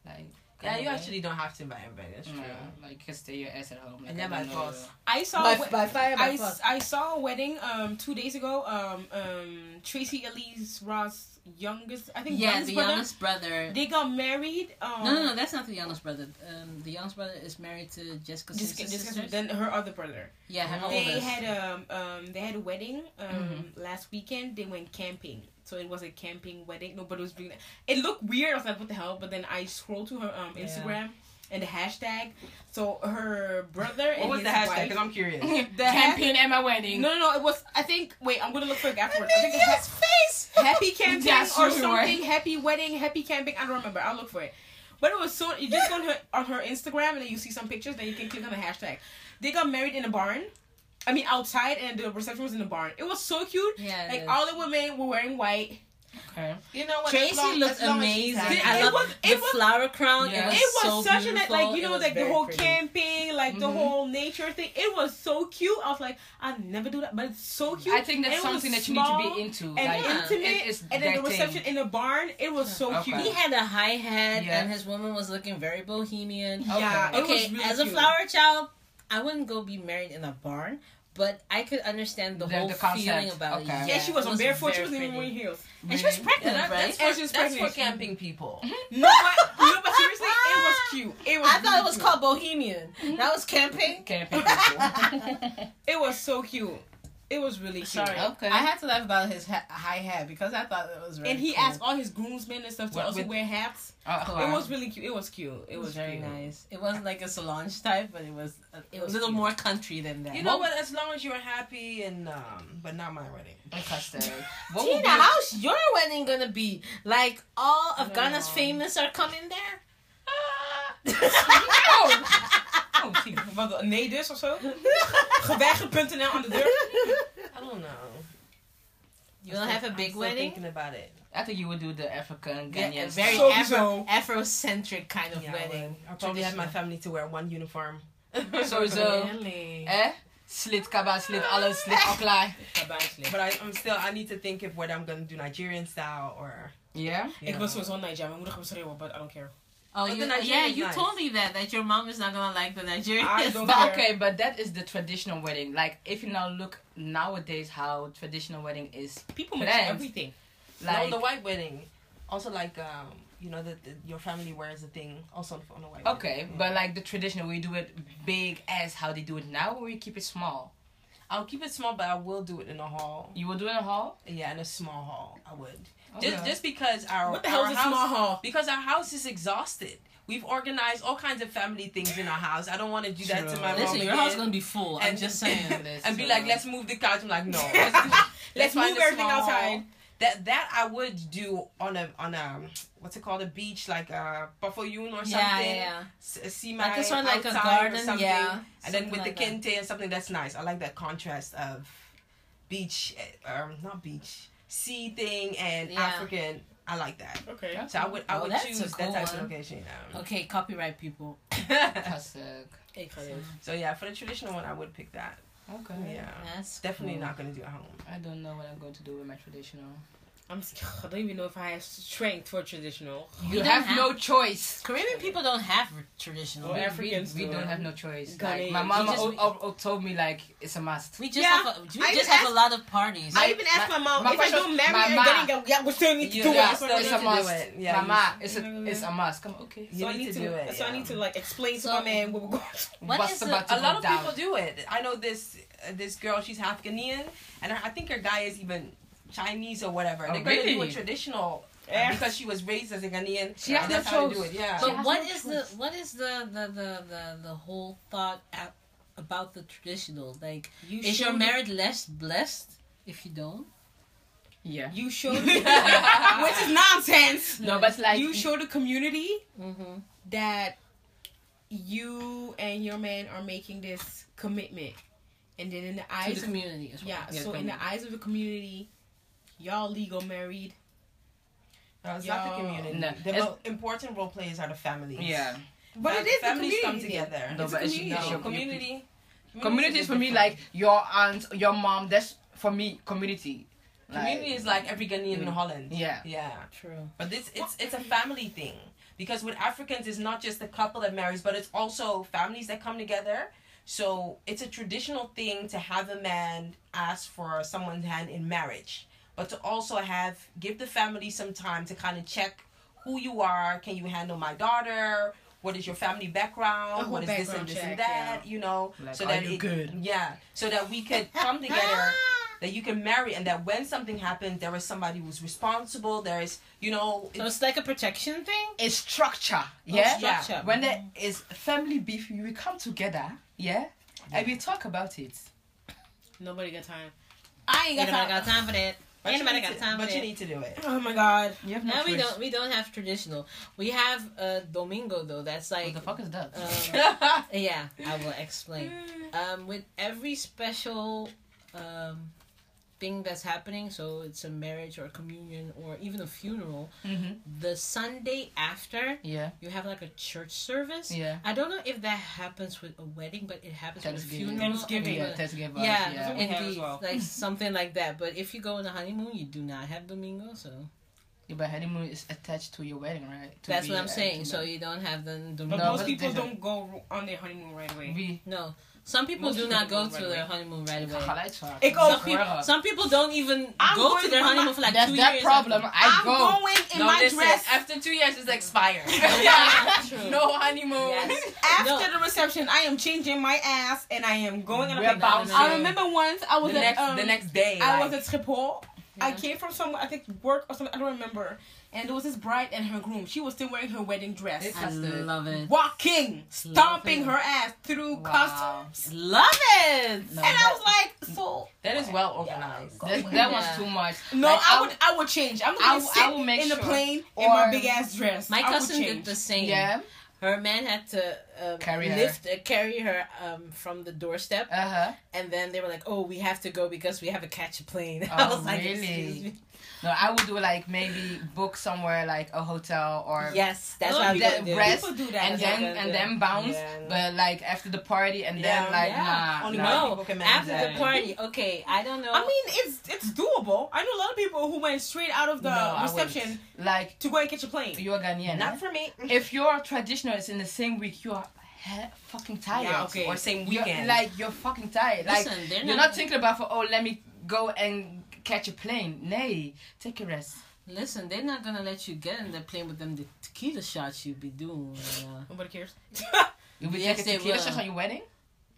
[SPEAKER 1] Like,
[SPEAKER 3] Yeah. You actually don't have to invite everybody. That's true.
[SPEAKER 1] No, like, you can stay your ass at home. Like,
[SPEAKER 3] And then
[SPEAKER 1] I
[SPEAKER 3] by
[SPEAKER 1] don't know.
[SPEAKER 3] force.
[SPEAKER 4] I saw
[SPEAKER 2] By-
[SPEAKER 4] a we-
[SPEAKER 2] by fire, by
[SPEAKER 4] I, s-
[SPEAKER 2] force.
[SPEAKER 4] I saw a wedding um two days ago. Um um Tracy Elise Ross youngest I think
[SPEAKER 2] yeah,
[SPEAKER 4] youngest
[SPEAKER 2] the
[SPEAKER 4] brother.
[SPEAKER 2] youngest brother.
[SPEAKER 4] They got married. Um,
[SPEAKER 2] No, no, no, that's not the youngest brother. Um, the youngest brother is married to Jessica.
[SPEAKER 4] Just,
[SPEAKER 2] Simpson's
[SPEAKER 4] just
[SPEAKER 2] sister.
[SPEAKER 4] then her other brother.
[SPEAKER 2] yeah, her
[SPEAKER 3] They Mm-hmm.
[SPEAKER 4] They
[SPEAKER 2] oldest.
[SPEAKER 4] had um um they had a wedding um last weekend. They went camping, so it was a camping wedding. Nobody was doing that. It looked weird. I was like, what the hell? But then I scrolled to her um
[SPEAKER 3] Yeah.
[SPEAKER 4] Instagram and the hashtag. So her brother and
[SPEAKER 3] What was
[SPEAKER 4] his
[SPEAKER 3] the hashtag?
[SPEAKER 4] wife-
[SPEAKER 3] Because I'm curious.
[SPEAKER 1] The campaign at my wedding.
[SPEAKER 4] No, no, no. It was. I think. Wait, I'm gonna look for it afterwards. I think it was
[SPEAKER 1] face.
[SPEAKER 4] happy camping
[SPEAKER 1] Yeah, sure.
[SPEAKER 4] or something. Happy wedding. Happy camping. I don't remember. I'll look for it. But it was so. You just go on her on her Instagram and then you see some pictures. Then you can click on the hashtag. They got married in a barn. I mean, outside, and the reception was in the barn. It was so cute.
[SPEAKER 2] yeah,
[SPEAKER 4] Like
[SPEAKER 2] the-
[SPEAKER 4] all the women were wearing white.
[SPEAKER 2] Okay.
[SPEAKER 3] You know what?
[SPEAKER 2] Tracy
[SPEAKER 3] as long,
[SPEAKER 2] looked
[SPEAKER 3] as long as she's
[SPEAKER 2] amazing.
[SPEAKER 3] happy.
[SPEAKER 2] I
[SPEAKER 4] It
[SPEAKER 2] love
[SPEAKER 4] was-
[SPEAKER 2] the
[SPEAKER 4] it was-
[SPEAKER 2] flower crown.
[SPEAKER 3] Yes.
[SPEAKER 2] It was,
[SPEAKER 4] it was
[SPEAKER 2] so
[SPEAKER 4] such
[SPEAKER 2] beautiful.
[SPEAKER 4] an like you know
[SPEAKER 2] It was
[SPEAKER 4] like the
[SPEAKER 2] very
[SPEAKER 4] whole
[SPEAKER 2] pretty. Mm-hmm.
[SPEAKER 4] camping, like the
[SPEAKER 3] Mhm.
[SPEAKER 4] whole nature thing. It was so cute. I was like, I never do that, but it's so cute.
[SPEAKER 1] I think that's
[SPEAKER 4] And it was
[SPEAKER 1] something that you need to
[SPEAKER 4] small
[SPEAKER 1] be into.
[SPEAKER 4] and
[SPEAKER 1] like,
[SPEAKER 4] intimate.
[SPEAKER 1] it is
[SPEAKER 4] and then the
[SPEAKER 1] that thing.
[SPEAKER 4] reception in the barn, it was so
[SPEAKER 3] Okay.
[SPEAKER 4] cute.
[SPEAKER 2] He had a high head,
[SPEAKER 3] Yeah.
[SPEAKER 2] and his woman was looking very bohemian.
[SPEAKER 4] Yeah, Oh, it
[SPEAKER 2] Okay,
[SPEAKER 4] was really
[SPEAKER 2] as a
[SPEAKER 4] cute.
[SPEAKER 2] flower child, I wouldn't go be married in a barn, but I could understand the,
[SPEAKER 3] The-
[SPEAKER 2] whole
[SPEAKER 3] the concept.
[SPEAKER 2] feeling about
[SPEAKER 3] Okay.
[SPEAKER 2] it.
[SPEAKER 4] Yeah, she was,
[SPEAKER 2] it
[SPEAKER 4] on barefoot. She
[SPEAKER 2] very
[SPEAKER 4] wasn't even
[SPEAKER 2] pretty.
[SPEAKER 4] wearing heels.
[SPEAKER 2] and she was pregnant,
[SPEAKER 3] Yeah,
[SPEAKER 2] right?
[SPEAKER 3] that's, for,
[SPEAKER 4] And she was
[SPEAKER 3] that's for
[SPEAKER 4] pregnant.
[SPEAKER 3] camping people.
[SPEAKER 4] No, but, no, but seriously, it was cute. It was.
[SPEAKER 2] I thought it
[SPEAKER 4] really
[SPEAKER 2] was
[SPEAKER 4] cute.
[SPEAKER 2] called Bohemian. That was camping.
[SPEAKER 1] Camping people.
[SPEAKER 4] It was so cute. It was really cute.
[SPEAKER 2] Sorry,
[SPEAKER 1] Okay.
[SPEAKER 2] I had to laugh about his ha- high hat because I thought it was. Very
[SPEAKER 4] And he
[SPEAKER 2] cool.
[SPEAKER 4] asked all his groomsmen and stuff to
[SPEAKER 3] What-
[SPEAKER 4] also
[SPEAKER 3] with-
[SPEAKER 4] wear hats.
[SPEAKER 3] Uh,
[SPEAKER 4] It was really cute. It was cute. It, was,
[SPEAKER 2] very
[SPEAKER 4] cute.
[SPEAKER 2] nice. It wasn't like a Solange type, but it was a, it was a
[SPEAKER 4] was
[SPEAKER 2] little
[SPEAKER 4] cute.
[SPEAKER 2] more country than that.
[SPEAKER 3] You know what? As long as you're happy and um, but not my wedding. Fantastic.
[SPEAKER 2] What Tina, how's your wedding gonna be? Like all of Ghana's famous are coming there? Ah!
[SPEAKER 3] Oh, see,
[SPEAKER 4] Wat, nee dus of zo? Geweigerd.nl aan de deur.
[SPEAKER 3] I don't know.
[SPEAKER 2] You gonna have a big
[SPEAKER 3] I'm still
[SPEAKER 2] wedding?
[SPEAKER 3] Thinking about it.
[SPEAKER 1] I think you would do the African
[SPEAKER 2] Yeah,
[SPEAKER 1] Ghanaian.
[SPEAKER 2] a very
[SPEAKER 1] style.
[SPEAKER 2] Afro,
[SPEAKER 4] Sowieso.
[SPEAKER 2] Afrocentric kind of
[SPEAKER 3] Yeah, I
[SPEAKER 2] wedding.
[SPEAKER 3] would. I'll probably have my family to wear one uniform.
[SPEAKER 1] So it's a-
[SPEAKER 2] Really?
[SPEAKER 1] eh? Slit kaba, slit alles, slit oklaai.
[SPEAKER 4] Verbaasd.
[SPEAKER 3] But I, I'm still. I need to think of whether I'm gonna do Nigerian style or.
[SPEAKER 1] Yeah.
[SPEAKER 3] you
[SPEAKER 4] Ik
[SPEAKER 3] know.
[SPEAKER 4] was sowieso Nigeria. Mijn moeder gaat me schreeuwen, but I don't care.
[SPEAKER 2] Oh,
[SPEAKER 3] But
[SPEAKER 2] you,
[SPEAKER 3] the Nigerian
[SPEAKER 2] yeah,
[SPEAKER 3] is
[SPEAKER 2] you
[SPEAKER 3] nice.
[SPEAKER 2] told me that that your mom is not gonna like the Nigerian.
[SPEAKER 4] I don't
[SPEAKER 1] But
[SPEAKER 4] care.
[SPEAKER 1] okay, but that is the traditional wedding. Like if you now look nowadays how traditional wedding is
[SPEAKER 4] People mix
[SPEAKER 1] Friends.
[SPEAKER 4] everything.
[SPEAKER 1] like
[SPEAKER 3] no, the white wedding. Also, like um, you know that your family wears a thing. Also on- on the white.
[SPEAKER 1] Okay,
[SPEAKER 3] wedding.
[SPEAKER 1] but like the traditional we do it big as how they do it now or we keep it small.
[SPEAKER 3] I'll keep it small, but I will do it in a hall.
[SPEAKER 1] You will do it in a hall?
[SPEAKER 3] Yeah, in a small hall, I would. Just
[SPEAKER 1] Okay.
[SPEAKER 3] just because our
[SPEAKER 4] What the hell
[SPEAKER 3] our
[SPEAKER 4] is a
[SPEAKER 3] house-
[SPEAKER 4] small hall?
[SPEAKER 3] Because our house is exhausted. We've organized all kinds of family things in our house. I don't want to do that to
[SPEAKER 4] True.
[SPEAKER 3] my
[SPEAKER 2] Listen,
[SPEAKER 3] mom
[SPEAKER 2] your
[SPEAKER 3] again.
[SPEAKER 2] house gonna be full. I'm
[SPEAKER 3] And-
[SPEAKER 2] just saying this.
[SPEAKER 3] and be
[SPEAKER 2] so-
[SPEAKER 3] like, let's move the couch. I'm like, no, let's,
[SPEAKER 4] Let's
[SPEAKER 3] find
[SPEAKER 4] move
[SPEAKER 3] a
[SPEAKER 4] everything
[SPEAKER 3] small-
[SPEAKER 4] outside.
[SPEAKER 3] That that I would do on a on a what's it called a beach like a Bafokeng or something.
[SPEAKER 2] yeah, yeah, yeah.
[SPEAKER 3] S- see my
[SPEAKER 2] Like this one, like a
[SPEAKER 3] outside or
[SPEAKER 2] garden,
[SPEAKER 3] something.
[SPEAKER 2] yeah.
[SPEAKER 3] and
[SPEAKER 2] something
[SPEAKER 3] then with
[SPEAKER 2] like
[SPEAKER 3] the
[SPEAKER 2] that.
[SPEAKER 3] kente and something that's nice. I like that contrast of beach, eh, um, not beach, sea thing and
[SPEAKER 2] Yeah.
[SPEAKER 3] African. I like that.
[SPEAKER 4] Okay.
[SPEAKER 3] So I would I
[SPEAKER 2] Oh,
[SPEAKER 3] would
[SPEAKER 2] that's a
[SPEAKER 3] choose
[SPEAKER 2] cool
[SPEAKER 3] that type
[SPEAKER 2] one.
[SPEAKER 3] of location. Um,
[SPEAKER 2] Okay, copyright people.
[SPEAKER 1] Classic.
[SPEAKER 4] Ik ga even.
[SPEAKER 3] So yeah, for the traditional one, I would pick that.
[SPEAKER 1] Okay.
[SPEAKER 3] Yeah,
[SPEAKER 2] That's
[SPEAKER 3] definitely
[SPEAKER 2] cool.
[SPEAKER 3] not gonna do at home.
[SPEAKER 1] I don't know what I'm going to do with my traditional.
[SPEAKER 4] I'm scared. I don't even know if I have strength for traditional.
[SPEAKER 2] We
[SPEAKER 1] you
[SPEAKER 2] don't
[SPEAKER 1] have,
[SPEAKER 2] have-
[SPEAKER 1] no choice.
[SPEAKER 2] Korean people don't have traditional.
[SPEAKER 4] Well,
[SPEAKER 1] We-
[SPEAKER 2] We,
[SPEAKER 4] every- Africans
[SPEAKER 1] we, we
[SPEAKER 4] do
[SPEAKER 1] don't
[SPEAKER 4] it.
[SPEAKER 1] have no choice. Like,
[SPEAKER 4] Ghanaians.
[SPEAKER 1] my mama
[SPEAKER 2] You just-
[SPEAKER 1] al- al- al- told me like it's a must.
[SPEAKER 2] we just
[SPEAKER 4] Yeah,
[SPEAKER 2] have a, we
[SPEAKER 4] I
[SPEAKER 2] just
[SPEAKER 4] even
[SPEAKER 2] have a lot of parties.
[SPEAKER 4] I even asked my mom
[SPEAKER 1] my
[SPEAKER 4] if I
[SPEAKER 1] question-
[SPEAKER 4] don't marry
[SPEAKER 1] my
[SPEAKER 4] her,
[SPEAKER 1] ma-
[SPEAKER 4] then yeah, we still need to
[SPEAKER 3] You-
[SPEAKER 4] do
[SPEAKER 3] yeah,
[SPEAKER 4] it.
[SPEAKER 3] so
[SPEAKER 4] So
[SPEAKER 3] I
[SPEAKER 4] I
[SPEAKER 3] need
[SPEAKER 1] it's a
[SPEAKER 4] need
[SPEAKER 3] to
[SPEAKER 4] to-
[SPEAKER 3] do
[SPEAKER 1] must.
[SPEAKER 3] it. Yeah,
[SPEAKER 1] Mama, it's a
[SPEAKER 4] Mhm.
[SPEAKER 1] it's a must. Come okay.
[SPEAKER 3] You
[SPEAKER 4] So I
[SPEAKER 3] need
[SPEAKER 4] need
[SPEAKER 3] to do
[SPEAKER 4] to.
[SPEAKER 3] it.
[SPEAKER 4] So I
[SPEAKER 3] yeah.
[SPEAKER 4] need to like explain to
[SPEAKER 2] So-
[SPEAKER 4] my man what we're going.
[SPEAKER 2] What
[SPEAKER 1] What's
[SPEAKER 2] is
[SPEAKER 1] about
[SPEAKER 2] the-
[SPEAKER 1] to
[SPEAKER 3] a
[SPEAKER 1] go
[SPEAKER 3] lot of
[SPEAKER 1] down?
[SPEAKER 3] people do it. I know this uh, this girl. She's half Ghanaian, and I I think her guy is even Chinese or whatever.
[SPEAKER 1] Oh,
[SPEAKER 3] They're gonna do
[SPEAKER 1] really?
[SPEAKER 3] a traditional
[SPEAKER 4] Yeah.
[SPEAKER 3] because she was raised as a Ghanaian.
[SPEAKER 1] She has
[SPEAKER 3] and
[SPEAKER 1] no
[SPEAKER 3] that's how they
[SPEAKER 1] choice.
[SPEAKER 3] do it. Yeah.
[SPEAKER 1] She
[SPEAKER 2] But
[SPEAKER 1] has
[SPEAKER 2] what
[SPEAKER 1] no
[SPEAKER 2] is
[SPEAKER 1] choice.
[SPEAKER 2] the what is the the the the, the whole thought at, about the traditional? Like,
[SPEAKER 4] You
[SPEAKER 2] is your marriage less blessed if you don't?
[SPEAKER 1] Yeah.
[SPEAKER 4] You show, which is nonsense.
[SPEAKER 1] No, but like
[SPEAKER 4] you show the community
[SPEAKER 2] Mm-hmm.
[SPEAKER 4] that you and your man are making this commitment, and then in the
[SPEAKER 2] To the
[SPEAKER 4] eyes, of,
[SPEAKER 2] community as well.
[SPEAKER 4] yeah.
[SPEAKER 1] Yeah,
[SPEAKER 4] so in the
[SPEAKER 1] community.
[SPEAKER 4] eyes of the community, y'all legal married.
[SPEAKER 3] No, it's not the
[SPEAKER 4] Yo.
[SPEAKER 3] community.
[SPEAKER 1] No,
[SPEAKER 3] The
[SPEAKER 1] it's-
[SPEAKER 3] most important role players are the families.
[SPEAKER 1] Yeah.
[SPEAKER 4] But
[SPEAKER 3] Fam-
[SPEAKER 4] it is the
[SPEAKER 3] families
[SPEAKER 4] community.
[SPEAKER 3] come
[SPEAKER 4] then.
[SPEAKER 3] together.
[SPEAKER 1] No,
[SPEAKER 4] It's
[SPEAKER 1] but
[SPEAKER 4] a
[SPEAKER 1] it's-
[SPEAKER 4] community.
[SPEAKER 1] no.
[SPEAKER 3] community. community.
[SPEAKER 1] Community is
[SPEAKER 3] a
[SPEAKER 1] for me
[SPEAKER 3] different-
[SPEAKER 1] like your aunt, your mom. That's for me community. Like-
[SPEAKER 3] community is like every Ghanaian in
[SPEAKER 1] Mm.
[SPEAKER 3] Holland.
[SPEAKER 1] Yeah.
[SPEAKER 3] Yeah.
[SPEAKER 2] True.
[SPEAKER 3] But this it's it's a family thing because with Africans it's not just a couple that marries, but it's also families that come together. So it's a traditional thing to have a man ask for someone's hand in marriage, but to also have give the family some time to kind of check who you are. Can you handle my daughter? What is your family
[SPEAKER 4] A
[SPEAKER 3] background?
[SPEAKER 4] whole
[SPEAKER 3] What is this and
[SPEAKER 4] background
[SPEAKER 3] this
[SPEAKER 4] check,
[SPEAKER 3] and that? You know,
[SPEAKER 1] Like,
[SPEAKER 3] so
[SPEAKER 1] are
[SPEAKER 3] that
[SPEAKER 1] you
[SPEAKER 3] it,
[SPEAKER 1] good?
[SPEAKER 3] yeah, so that we could come together that you can marry and that when something happens there is somebody who's responsible there is you know
[SPEAKER 2] So
[SPEAKER 3] it's,
[SPEAKER 2] it's like a protection thing.
[SPEAKER 1] It's structure. Yeah.
[SPEAKER 3] yeah.
[SPEAKER 2] Oh, Structure.
[SPEAKER 1] When there is family beef, we come together. Yeah. And we talk about it.
[SPEAKER 4] Nobody got time.
[SPEAKER 2] I ain't
[SPEAKER 3] got
[SPEAKER 2] got,
[SPEAKER 3] time-
[SPEAKER 2] time for that.
[SPEAKER 3] but, you
[SPEAKER 2] Anybody
[SPEAKER 3] need,
[SPEAKER 2] got
[SPEAKER 3] to,
[SPEAKER 2] time
[SPEAKER 3] but
[SPEAKER 2] for
[SPEAKER 3] you
[SPEAKER 2] that?
[SPEAKER 3] need to do it
[SPEAKER 4] Oh my god.
[SPEAKER 1] You have no
[SPEAKER 2] No, we
[SPEAKER 1] choice.
[SPEAKER 2] don't. We don't have traditional. We have uh, domingo though. That's like
[SPEAKER 1] What the fuck is that?
[SPEAKER 2] um, Yeah, I will explain. Um, with every special um, thing that's happening, so it's a marriage or a communion or even a funeral,
[SPEAKER 1] Mm-hmm.
[SPEAKER 2] the Sunday after
[SPEAKER 1] Yeah.
[SPEAKER 2] you have like a church service.
[SPEAKER 1] Yeah.
[SPEAKER 2] I don't know if that happens with a wedding, but it happens with a
[SPEAKER 1] Thanksgiving.
[SPEAKER 2] funeral. and
[SPEAKER 4] Thanksgiving.
[SPEAKER 2] with-
[SPEAKER 1] Yeah. Thanksgiving.
[SPEAKER 2] yeah,
[SPEAKER 1] Yeah.
[SPEAKER 4] we have as
[SPEAKER 2] indeed,
[SPEAKER 4] well.
[SPEAKER 2] like something like that. But if you go on a honeymoon, you do not have domingo, so
[SPEAKER 1] Yeah, but honeymoon is attached to your wedding, right? To
[SPEAKER 2] that's
[SPEAKER 1] be,
[SPEAKER 2] what I'm
[SPEAKER 1] uh,
[SPEAKER 2] saying.
[SPEAKER 1] to
[SPEAKER 2] So
[SPEAKER 1] know.
[SPEAKER 2] you don't have the
[SPEAKER 4] But
[SPEAKER 2] domingo.
[SPEAKER 1] No,
[SPEAKER 4] most
[SPEAKER 1] but
[SPEAKER 4] people
[SPEAKER 1] there's a-
[SPEAKER 4] don't go on their honeymoon right away.
[SPEAKER 1] we
[SPEAKER 2] no, some people
[SPEAKER 4] Most
[SPEAKER 2] do
[SPEAKER 4] people
[SPEAKER 2] not go
[SPEAKER 4] don't
[SPEAKER 2] to
[SPEAKER 4] right
[SPEAKER 2] their
[SPEAKER 4] away.
[SPEAKER 2] honeymoon right away.
[SPEAKER 4] It goes
[SPEAKER 2] Some people, some people don't even
[SPEAKER 4] I'm
[SPEAKER 2] go
[SPEAKER 4] going
[SPEAKER 2] to their
[SPEAKER 4] with my-
[SPEAKER 2] honeymoon for like
[SPEAKER 1] That's
[SPEAKER 2] two
[SPEAKER 1] that
[SPEAKER 2] years.
[SPEAKER 1] problem. I
[SPEAKER 4] I'm
[SPEAKER 1] go.
[SPEAKER 4] going in
[SPEAKER 3] No,
[SPEAKER 4] my
[SPEAKER 3] listen,
[SPEAKER 4] dress
[SPEAKER 3] after two years it's expired.
[SPEAKER 2] Yeah, true.
[SPEAKER 1] No honeymoon.
[SPEAKER 2] Yes.
[SPEAKER 4] after
[SPEAKER 2] No.
[SPEAKER 4] the reception. I am changing my ass and I am going on a
[SPEAKER 1] We're
[SPEAKER 4] big
[SPEAKER 1] bouncing.
[SPEAKER 4] I remember once I was
[SPEAKER 3] the
[SPEAKER 4] at
[SPEAKER 3] next
[SPEAKER 4] um,
[SPEAKER 3] the next day.
[SPEAKER 4] I was
[SPEAKER 3] like,
[SPEAKER 4] at Schiphol. I
[SPEAKER 2] Yeah.
[SPEAKER 4] came from somewhere, I think work or something, I don't remember. And there was this bride and her groom. She was still wearing her wedding dress.
[SPEAKER 1] It's-
[SPEAKER 2] I love it.
[SPEAKER 4] walking, stomping her ass through
[SPEAKER 1] Wow.
[SPEAKER 4] customs.
[SPEAKER 2] Love it.
[SPEAKER 1] No,
[SPEAKER 4] And I
[SPEAKER 1] that,
[SPEAKER 4] was like, so
[SPEAKER 3] that is well organized.
[SPEAKER 1] that, that was
[SPEAKER 2] Yeah.
[SPEAKER 1] too much.
[SPEAKER 4] no,
[SPEAKER 1] Like,
[SPEAKER 4] I would I would change. I'm
[SPEAKER 1] I
[SPEAKER 4] gonna
[SPEAKER 1] would- I
[SPEAKER 4] sit
[SPEAKER 1] would make
[SPEAKER 4] in the
[SPEAKER 1] sure.
[SPEAKER 4] plane in my
[SPEAKER 1] Or-
[SPEAKER 4] big ass dress.
[SPEAKER 2] My
[SPEAKER 4] I would
[SPEAKER 2] cousin
[SPEAKER 4] change.
[SPEAKER 2] did the same.
[SPEAKER 1] Yeah.
[SPEAKER 2] Her man had to um,
[SPEAKER 1] Carry her.
[SPEAKER 2] lift, uh, carry her um, from the doorstep,
[SPEAKER 1] Uh huh.
[SPEAKER 2] and then they were like, "Oh, we have to go because we have to catch a plane." I
[SPEAKER 1] Oh,
[SPEAKER 2] was like,
[SPEAKER 1] really?
[SPEAKER 2] "Excuse me."
[SPEAKER 1] No, I would do like maybe book somewhere like a hotel or
[SPEAKER 2] Yes, that's
[SPEAKER 4] Look,
[SPEAKER 2] what we
[SPEAKER 1] that
[SPEAKER 2] gonna do.
[SPEAKER 1] rest
[SPEAKER 4] People do that.
[SPEAKER 1] and
[SPEAKER 2] That's what
[SPEAKER 1] then
[SPEAKER 2] I'm gonna
[SPEAKER 1] and
[SPEAKER 2] do.
[SPEAKER 1] then bounce,
[SPEAKER 2] Yeah, no.
[SPEAKER 1] but like after the party and
[SPEAKER 3] Yeah,
[SPEAKER 1] then like
[SPEAKER 2] yeah.
[SPEAKER 1] nah,
[SPEAKER 3] Only
[SPEAKER 1] nah.
[SPEAKER 3] white
[SPEAKER 2] No,
[SPEAKER 3] people can manage
[SPEAKER 2] after
[SPEAKER 3] that.
[SPEAKER 2] the party. Okay, I don't know.
[SPEAKER 4] I mean, it's it's doable. I know a lot of people who went straight out of the
[SPEAKER 1] No, I
[SPEAKER 4] reception
[SPEAKER 1] like
[SPEAKER 4] to go and catch a plane.
[SPEAKER 1] you're Ghanaian.
[SPEAKER 3] Not
[SPEAKER 1] eh?
[SPEAKER 3] for me.
[SPEAKER 1] If your traditional is in the same week, you are he- fucking tired.
[SPEAKER 4] Yeah, okay.
[SPEAKER 3] Or same
[SPEAKER 1] You're-
[SPEAKER 3] weekend.
[SPEAKER 1] like you're fucking tired. Like
[SPEAKER 2] Listen, they're
[SPEAKER 1] you're
[SPEAKER 2] not-
[SPEAKER 1] not thinking about for oh let me go and catch a plane. Nay, take a rest.
[SPEAKER 2] listen, they're not gonna let you get in the plane with them the tequila shots you be doing. uh,
[SPEAKER 4] Nobody cares.
[SPEAKER 1] You will
[SPEAKER 2] Yes,
[SPEAKER 1] take a
[SPEAKER 2] they
[SPEAKER 1] tequila
[SPEAKER 2] will.
[SPEAKER 1] shot on your wedding.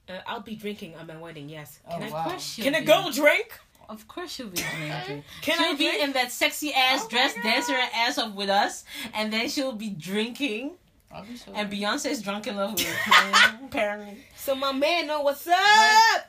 [SPEAKER 4] Uh, I'll be drinking at my wedding. Yes.
[SPEAKER 1] Oh,
[SPEAKER 4] Can I?
[SPEAKER 1] wow.
[SPEAKER 2] she'll
[SPEAKER 4] Can a
[SPEAKER 2] be-
[SPEAKER 4] girl drink?
[SPEAKER 2] Of course she'll be drinking.
[SPEAKER 4] Can
[SPEAKER 2] she'll
[SPEAKER 4] I
[SPEAKER 2] be
[SPEAKER 4] drink?
[SPEAKER 2] in that sexy ass
[SPEAKER 4] Oh my
[SPEAKER 2] dress,
[SPEAKER 4] God.
[SPEAKER 2] dancing her ass up with us, and then she'll be drinking.
[SPEAKER 1] I'll be so-
[SPEAKER 2] And Beyonce's drunk in love with her, apparently.
[SPEAKER 4] So my man know what's up.
[SPEAKER 2] What?